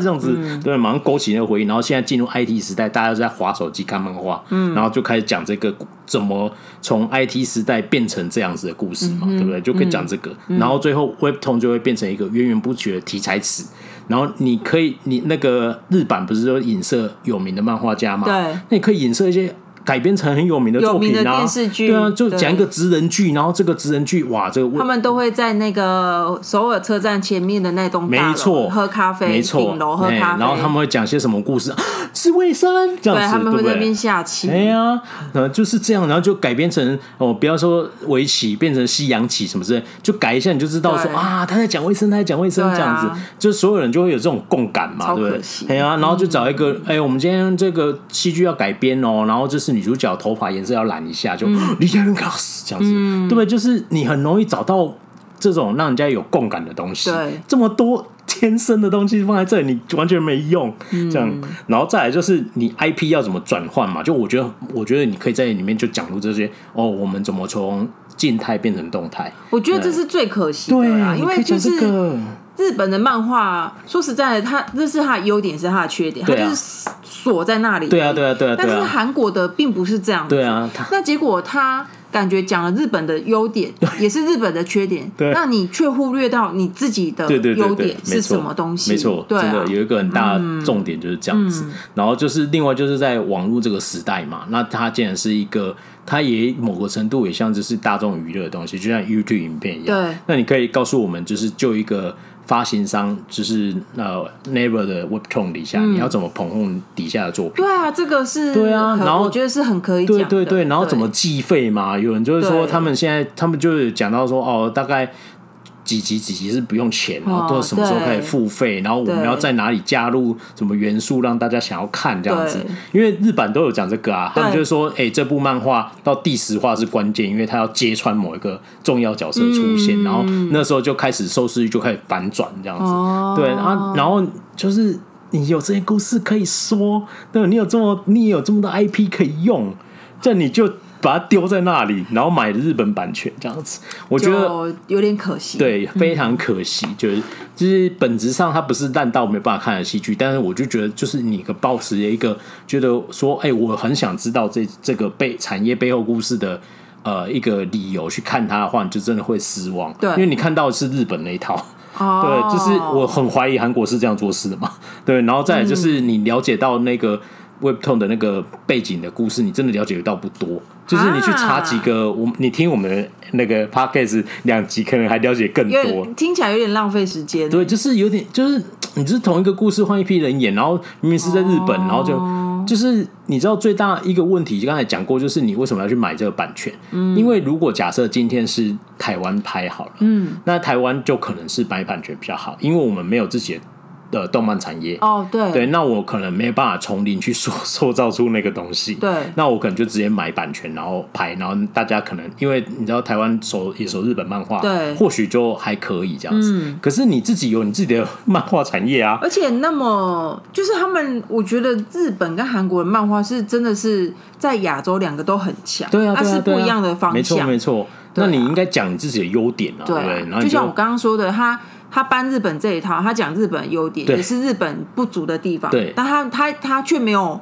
A: 这样子，对，马上勾起那个回忆。然后现在进入 IT 时代，大家都在划手机看漫画，嗯，然后就开始讲这个怎么从 IT 时代变成这样子的故事
B: 嗯
A: 嘛，对不对？就可以讲这个，然后最后 Webtoon 就会变成一个源源不绝的题材词。然后你可以，你那个日版不是说影射有名的漫画家吗？
B: 对
A: 那你可以影射一些改编成很有名的作品啊，
B: 有名的电视剧
A: 对啊，就讲一
B: 对
A: 个职人剧，然后这个职人剧，哇，这个
B: 他们都会在那个首尔车站前面的那栋大楼
A: 没错，
B: 喝咖啡，
A: 没错
B: 顶，楼喝
A: 哎
B: 咖啡，
A: 然后他们会讲些什么故事？是卫生这样
B: 对
A: 子，
B: 他们会
A: 不
B: 在那边
A: 对？
B: 下棋，
A: 哎呀，呃，就是这样，然后就改编成哦，不要说围棋变成西洋棋什么之类，就改一下你就知道说
B: 对
A: 啊，他在讲卫生，他在讲卫生
B: 对啊
A: 这样子，就所有人就会有这种共感嘛，
B: 超
A: 对不
B: 可
A: 对
B: 惜？
A: 哎呀，然后就找一个，哎，我们今天这个戏剧要改编哦，然后就是女主角嗯 啊头发颜色要染一下，就李佳媛卡斯这样子，对不对？就是你很容易找到这种让人家有共感的东西，
B: 对
A: 这么多天生的东西放在这里，你完全没用。这样，然后再来就是你 IP 要怎么转换嘛？就我觉得，我觉得你可以在里面就讲出这些哦，我们怎么从静态变成动态？
B: 我觉得这是最可惜
A: 对啊
B: 的啦，，
A: 你
B: 因
A: 可以
B: 为就
A: 讲这
B: 是
A: 个。
B: 日本的漫画，说实在的，它这是它的优点，是它的缺点，它
A: 对啊
B: 就是锁在那里。
A: 对啊，对啊，对啊，
B: 但
A: 对
B: 是
A: 啊，
B: 韩国的并不是这样子。
A: 对啊，他
B: 那结果他感觉讲了日本的优点，也是日本的缺点，
A: 对
B: 那你却忽略到你自己的
A: 对对对
B: 优
A: 对
B: 点，
A: 没
B: 是
A: 错
B: 什么东西？
A: 没错，
B: 对、啊、嗯
A: 真的有一个很大的重点就是这样子。然后就是另外就是在网络这个时代嘛，那它既然是一个，它也某个程度也像就是大众娱乐的东西，就像 YouTube 影片一样
B: 对。
A: 那你可以告诉我们，就是就一个。发行商就是呃 Never 的 Webtoon 底下，
B: 嗯
A: 你要怎么捧红底下的作品？
B: 对啊，这个是
A: 对啊
B: 很
A: 然后
B: 我觉得是很可以讲
A: 对
B: 的，
A: 对对，然后怎么计费嘛？有人就是说
B: 对
A: 他们现在他们就是讲到说哦，大概几级几级是不用钱，然后
B: 哦
A: 都什么时候
B: 对
A: 开始付费，然后我们
B: 对
A: 要在哪里加入什么元素让大家想要看这样子
B: 对。
A: 因为日版都有讲这个啊，他们就
B: 对
A: 是说，哎，这部漫画到第十话是关键，因为它要揭穿某一个重要角色出现，
B: 嗯
A: 然后那时候就开始收视率就开始反转这样子。
B: 哦
A: 对啊，然后就是你有这些故事可以说，对，你有这么你有这么多 IP 可以用，这样你就把它丢在那里，然后买日本版权这样子，我觉得。
B: 就有点可惜。，
A: 对，非常可惜，就是就是本质上它不是烂到没办法看的戏剧，但是我就觉得，就是你个抱持一个觉得说，哎、我很想知道这这个背产业背后故事的呃一个理由去看它的话，你就真的会失望，
B: 对
A: 因为你看到的是日本那一套，
B: 哦，
A: 对，就是我很怀疑韩国是这样做事的嘛。 对，然后再来就是你了解到那个 Webtoon 的那个背景的故事，你真的了解到不多。就是你去查几个，我们你听我们的那个 podcast 两集，可能还了解更
B: 有
A: 多。
B: 点听起来有点浪费时间。
A: 对，就是有点，就是你就是同一个故事换一批人演，然后明明是在日本，然后就就是你知道最大一个问题，就刚才讲过，就是你为什么要去买这个版权？嗯，因为如果假设今天是台湾拍好了，嗯，那台湾就可能是买版权比较好，因为我们没有自己的呃动漫产业。
B: 哦，对
A: 对，那我可能没有办法从零去塑 塑造出那个东西。
B: 对
A: 那我可能就直接买版权，然后拍，然后大家可能因为你知道台湾熟也熟日本漫画，
B: 对嗯
A: 或许就还可以这样子。可是你自己有你自己的 漫画产业啊，
B: 而且那么就是他们，我觉得日本跟韩国的漫画是真的是在亚洲两个都很强，
A: 对啊，
B: 但
A: 对啊，
B: 是
A: 对啊
B: 不一样的方
A: 没错
B: 向。
A: 没错。
B: 对
A: 那
B: 啊
A: 你应该讲你自己的优点啊，对
B: 对
A: 不
B: 啊
A: 对？然后你
B: 就像我刚刚说的，他他搬日本这一套，他讲日本优点，
A: 对
B: 也是日本不足的地方。
A: 对
B: 但他他他却没有，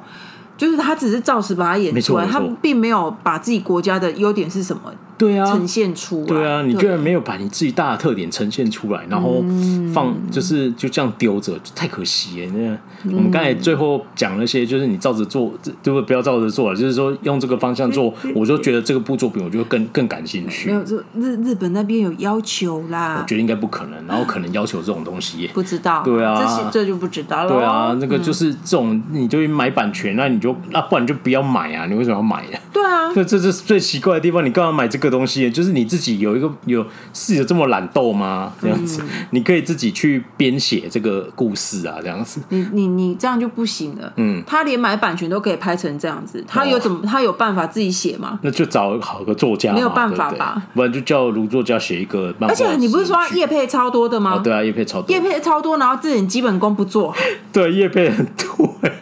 B: 就是他只是照实把它演
A: 没错
B: 出来，
A: 没
B: 他
A: 错
B: 并没有把自己国家的优点是什么
A: 对啊，
B: 呈现出来。
A: 对啊，你居然没有把你自己大的特点呈现出来，然后
B: 嗯
A: 放就是就这样丢着，就太可惜耶！
B: 嗯
A: 那我们刚才最后讲那些，就是你照着做，就是不要照着做了，就是说用这个方向做，我就觉得这个部作品我就更更感兴趣
B: 没。有，就日日本那边有要求
A: 我
B: 啦，
A: 觉得应该不可能，然后可能要求这种东西耶。
B: 不嗯知道。
A: 对啊
B: 这些这就不知道了。
A: 对啊，那个就是这种，你就买版权，那你就那不然你就不要买啊！你为什么要买呀、
B: 对啊，
A: 这这这是最奇怪的地方，你干嘛买这个东西？就是你自己有一个有是有这么懒惰吗？这样
B: 嗯
A: 子，你可以自己去编写这个故事啊，这样子。
B: 你你你这样就不行了。嗯，他连买版权都可以拍成这样
A: 哦
B: 子，他有怎么他有办法自己写吗？
A: 那就找好个作家嘛，
B: 没有办法
A: 对不对
B: 吧？
A: 不然就叫卢作家写一个漫画
B: 而
A: 诗句。
B: 且你不是说他业配超多的吗？
A: 哦，对啊，叶配超多
B: 叶，配超多，然后自己基本功不做，
A: 对叶配很多。欸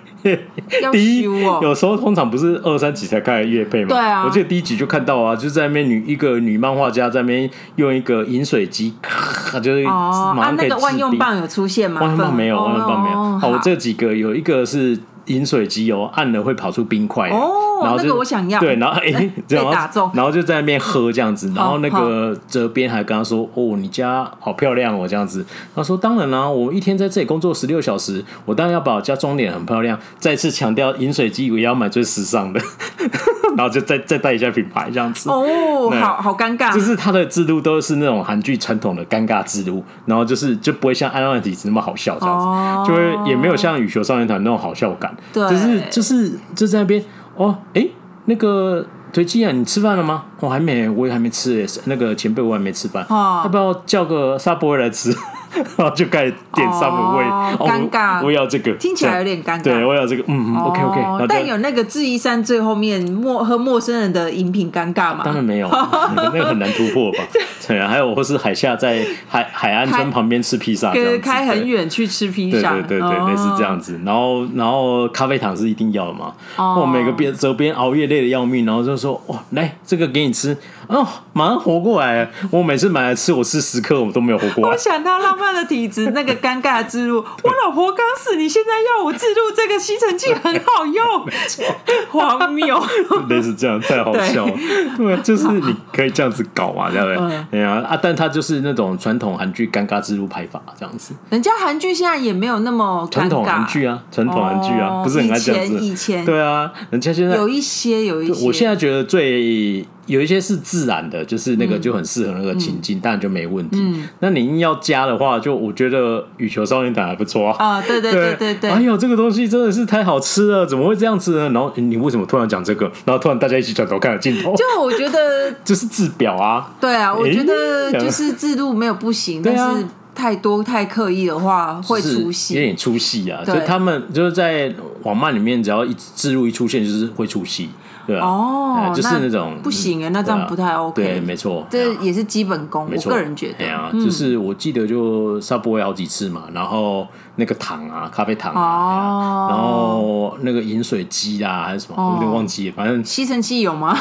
B: 要
A: 第一，
B: 修哦。
A: 有时候通常不是二三集才开的乐配嘛？
B: 对啊
A: 我记得第一集就看到啊，就在那边女一个女漫画家在那边用一个饮水机，咔就是
B: 哦，
A: 马
B: 啊，
A: 上可
B: 那
A: 以
B: 个万
A: 制
B: 用
A: 冰
B: 棒有出现吗？
A: 万用棒没有，
B: 哦
A: 万用棒没有。
B: 哦
A: 哦，我这几个有一个是饮水机哦，按了会跑出冰块的
B: 哦
A: 然后就
B: 那个我想要
A: 对，然后哎，然后
B: 被打中
A: 然后就在那边喝这样子，然后那
B: 好
A: 个责编还跟他说：“哦，你家好漂亮哦，这样子。”他说：“当然啦、我一天在这里工作十六小时，我当然要把我家装点很漂亮。”再次强调，饮水机我也要买最时尚的， 然后就再再带一下品牌这样子。
B: 哦，
A: 对
B: 好好尴尬
A: 就。是它的制度都是那种韩剧传统的尴尬制度，然后就是就不会像《安娜体质》那么好笑这样子，
B: 哦
A: 就会也没有像《羽球少年团》那种好笑感，
B: 对
A: 就是就是就在那边哦，哎、那个推基啊，你吃饭了吗？我、还没，我也还没吃耶，那个前辈我还没吃饭，
B: 哦
A: 要不要叫个沙波来吃？ 然后就开始点
B: 哦
A: Subway，哦我
B: 尴尬
A: 我要这个，
B: 听起来有点尴尬
A: 对，我要这个，嗯，OK
B: 哦
A: OK，然后就
B: 但有那个智异山最后面陌和陌生人的饮品尴尬嘛？
A: 当然没有， 那个很难突破吧？对啊，还有或是海下在海海岸村旁边吃披萨，这样子
B: 跟开很。远去吃披
A: 对
B: 萨，
A: 对对对
B: 哦
A: 对，类似这样子。然后然后咖啡糖是一定要的嘛。
B: 哦
A: 我每个边周边熬夜累得要命，然后就说哇，来这个给你吃，哦，马上活过来了。我每次买来吃，我吃十颗我都没有活过
B: 我
A: 来。
B: 想到浪漫的体质，那个尴尬的之 路。我老婆刚死，你现在要我自录这个吸尘器很好用， 荒谬。
A: 类似这样，太好笑了。对，啊就是你可以这样子搞嘛，对不对
B: 嗯？
A: 对啊啊，但它就是那种传统韩剧尴尬之路拍法这样子。
B: 人家韩剧现在也没有那么尴尬
A: 传统韩剧啊，传统韩剧啊，
B: 哦
A: 不是很爱这样子。
B: 以前以前
A: 对啊，人家现在
B: 有一些有一些。
A: 我现在觉得最有一些是自然的，就是那个就很适合那个情
B: 嗯
A: 境，当然就没问题。那你硬要加的话，就我觉得羽球少年党还不错啊。
B: 啊，对对对对对，
A: 哎呦，这个东西真的是太好吃了，怎么会这样子呢？然后嗯你为什么突然讲这个？然后突然大家一起转头看了镜头，就
B: 就我觉得，
A: 是自表啊。
B: 对啊，我觉得
A: 哎
B: 就是制度没有不行，
A: 对啊
B: 但是太多太刻意的话会
A: 就是
B: 出
A: 有
B: 戏。
A: 点出戏啊。
B: 对
A: 所以他们就是在网漫里面，只要一置入一出现，就是会出戏，对吧、
B: 哦
A: 呃就是那种
B: 不行哎那这样
A: 对啊
B: 不太 OK
A: 对，没错，
B: 这
A: 对啊
B: 也是基本功，
A: 没
B: 我
A: 错，
B: 个人觉
A: 哎
B: 得嗯
A: 呀，就是我记得就 Subway 好几次嘛，然后那个糖啊，咖啡糖啊，
B: 哦
A: 哎呀然后那个饮水机啊，还是什么，我有点忘记了，反 正
B: 吸尘器有 吗？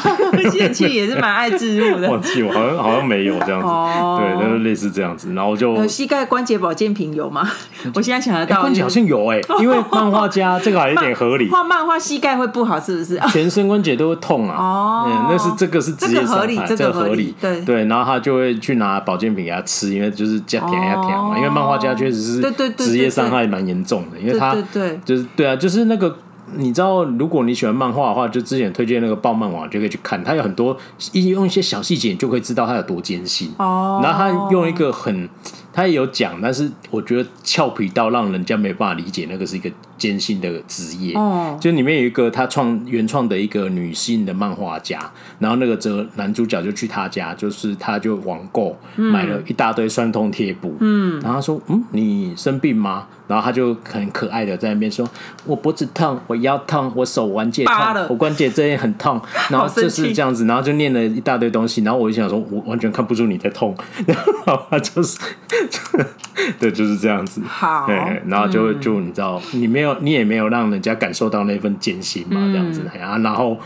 B: 吸尘器也是蛮爱置入的
A: 忘。记我好像好像没有这样子，
B: 哦
A: 对，就是类似这样子，然后就
B: 有膝盖关节保健品有吗？ 我现在想得
A: 哎
B: 到，
A: 关节好像有哎，因为漫画 家这个还有点合理，
B: 画漫画膝盖会不好，是 不是？啊
A: 全身关节都会痛啊。
B: 哦
A: 嗯，那是这个是职业伤害，
B: 这个合理
A: 这
B: 这
A: 个
B: 个
A: 合
B: 合理对
A: 对。然后他就会去拿保健品给他吃，因为就是加舔呀舔嘛，
B: 哦
A: 因为漫画家确实是
B: 对对对对
A: 职业伤害蛮严重的，因为他
B: 对对对
A: 就是对啊，就是那个。你知道，如果你喜欢漫画的话，就之前推荐那个爆漫网就可以去看，它有很多一用一些小细节，你就可以知道它有多艰辛。
B: 哦
A: 然后他用一个很，他也有讲，但是我觉得俏皮到让人家没办法理解，那个是一个艰辛的职业。
B: 哦
A: 就里面有一个他创原创的一个女性的漫画家，然后那个则男主角就去他家，就是他就网购、
B: 嗯
A: 买了一大堆酸痛贴布，嗯，然后他说，嗯，你生病吗？然后他就很可爱的在那边说，我脖子痛，我腰痛，我手腕界痛
B: 扒了，
A: 我关节这边很痛，然后
B: 好生
A: 就是这
B: 气
A: 样。这样子，然后就念了一大堆东西，然后我就想说，我完全看不出你在痛， 然后他就是， 对，就是这样子。
B: 好嗯
A: 对，然后就就你知道，你没有，你也没有让人家感受到那份艰辛嘛，这样子
B: 嗯
A: 啊，然后。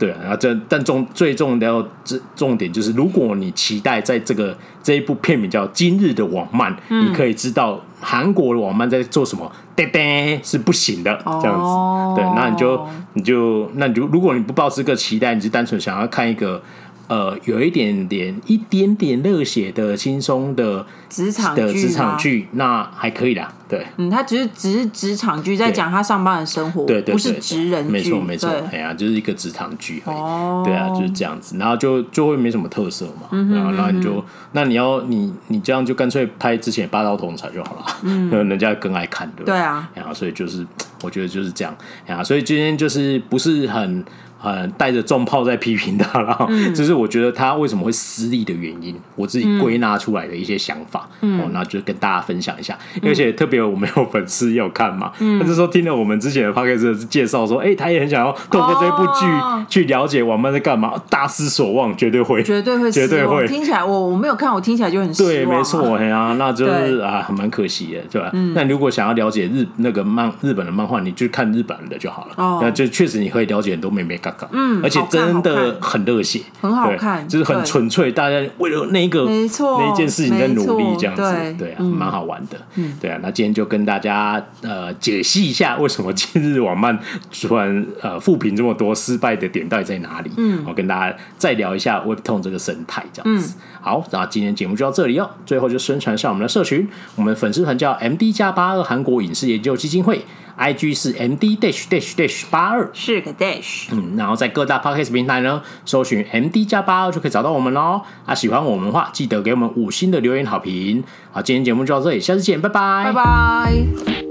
A: 对啊，然后这但重最重要这重点就是，如果你期待在这个这一部片名叫《今日的网漫》，
B: 嗯
A: 你可以知道韩国的网漫在做什么，呆呆是不行的，这样子。
B: 哦
A: 对，那你就你就那你就如果你不抱这个期待，你是单纯想要看一个呃有一点点一点点热血的轻松的
B: 职场剧
A: 的
B: 吗
A: 职场剧，那还可以啦。对
B: 嗯，他只是只是职场剧，在讲他上班的生活，
A: 对对，
B: 不是
A: 对对
B: 职人剧，
A: 没错没错
B: 对，
A: 哎呀、就是一个职场剧而已。
B: 哦嗯
A: 对啊，就是这样子，然后就就会没什么特色嘛，然后然后你就那你要你你这样就干脆拍之前霸道总裁就好了，嗯，人家更爱看，对不
B: 对啊，
A: 然后所以就是我觉得就是这样，然后所以今天就是不是很很带着重炮在批评他了，
B: 嗯
A: 就是我觉得他为什么会失利的原因，我自己归纳出来的一些想法，
B: 嗯
A: 哦，那就跟大家分享一下，而且特别我们有粉丝也有看嘛，
B: 嗯
A: 他就说听了我们之前的 p o d c a s 介绍说，哎，他也很想要透过这部剧
B: 哦
A: 去了解我们在干嘛，大失所望，绝对会，
B: 绝对会失
A: 绝
B: 望，
A: 对会，
B: 听起来我我没有看，我听起来就很失望、啊。
A: 对，没错，哎呀、那就是
B: 对嗯
A: 啊，蛮可惜的，对吧？那如果想要了解日那个漫日本的漫画，你去看日本的就好了。
B: 哦
A: 那就确实你可以了解很多妹妹嘎嘎，
B: 嗯
A: 而且
B: 好看
A: 真
B: 好
A: 的
B: 看
A: 很热血，
B: 很好
A: 对
B: 看
A: 就是很
B: 对
A: 纯粹，大家为了那个
B: 没错
A: 那一件事情在努力
B: 没错
A: 这样子，
B: 对
A: 对啊，
B: 嗯
A: 蛮好玩的，对啊。那今天就跟大家呃解析一下为什么今日网漫突然呃负评这么多，失败的点到底在哪里？嗯，我跟大家再聊一下 Webtoon 这个生态这样
B: 嗯
A: 子。好，那今天节目就到这里哦。最后就宣传一下我们的社群，我们粉丝团叫 MD 加八二韩国影视研究基金会，IG 是 MD dash dash dash 八二。
B: 是个 dash，
A: 嗯，然后在各大 podcast 平台呢，搜寻 MD 加八二就可以找到我们喽。啊，喜欢我们的话，记得给我们五星的留言好评。好，今天节目就到这里，下次见，拜拜，
B: 拜拜。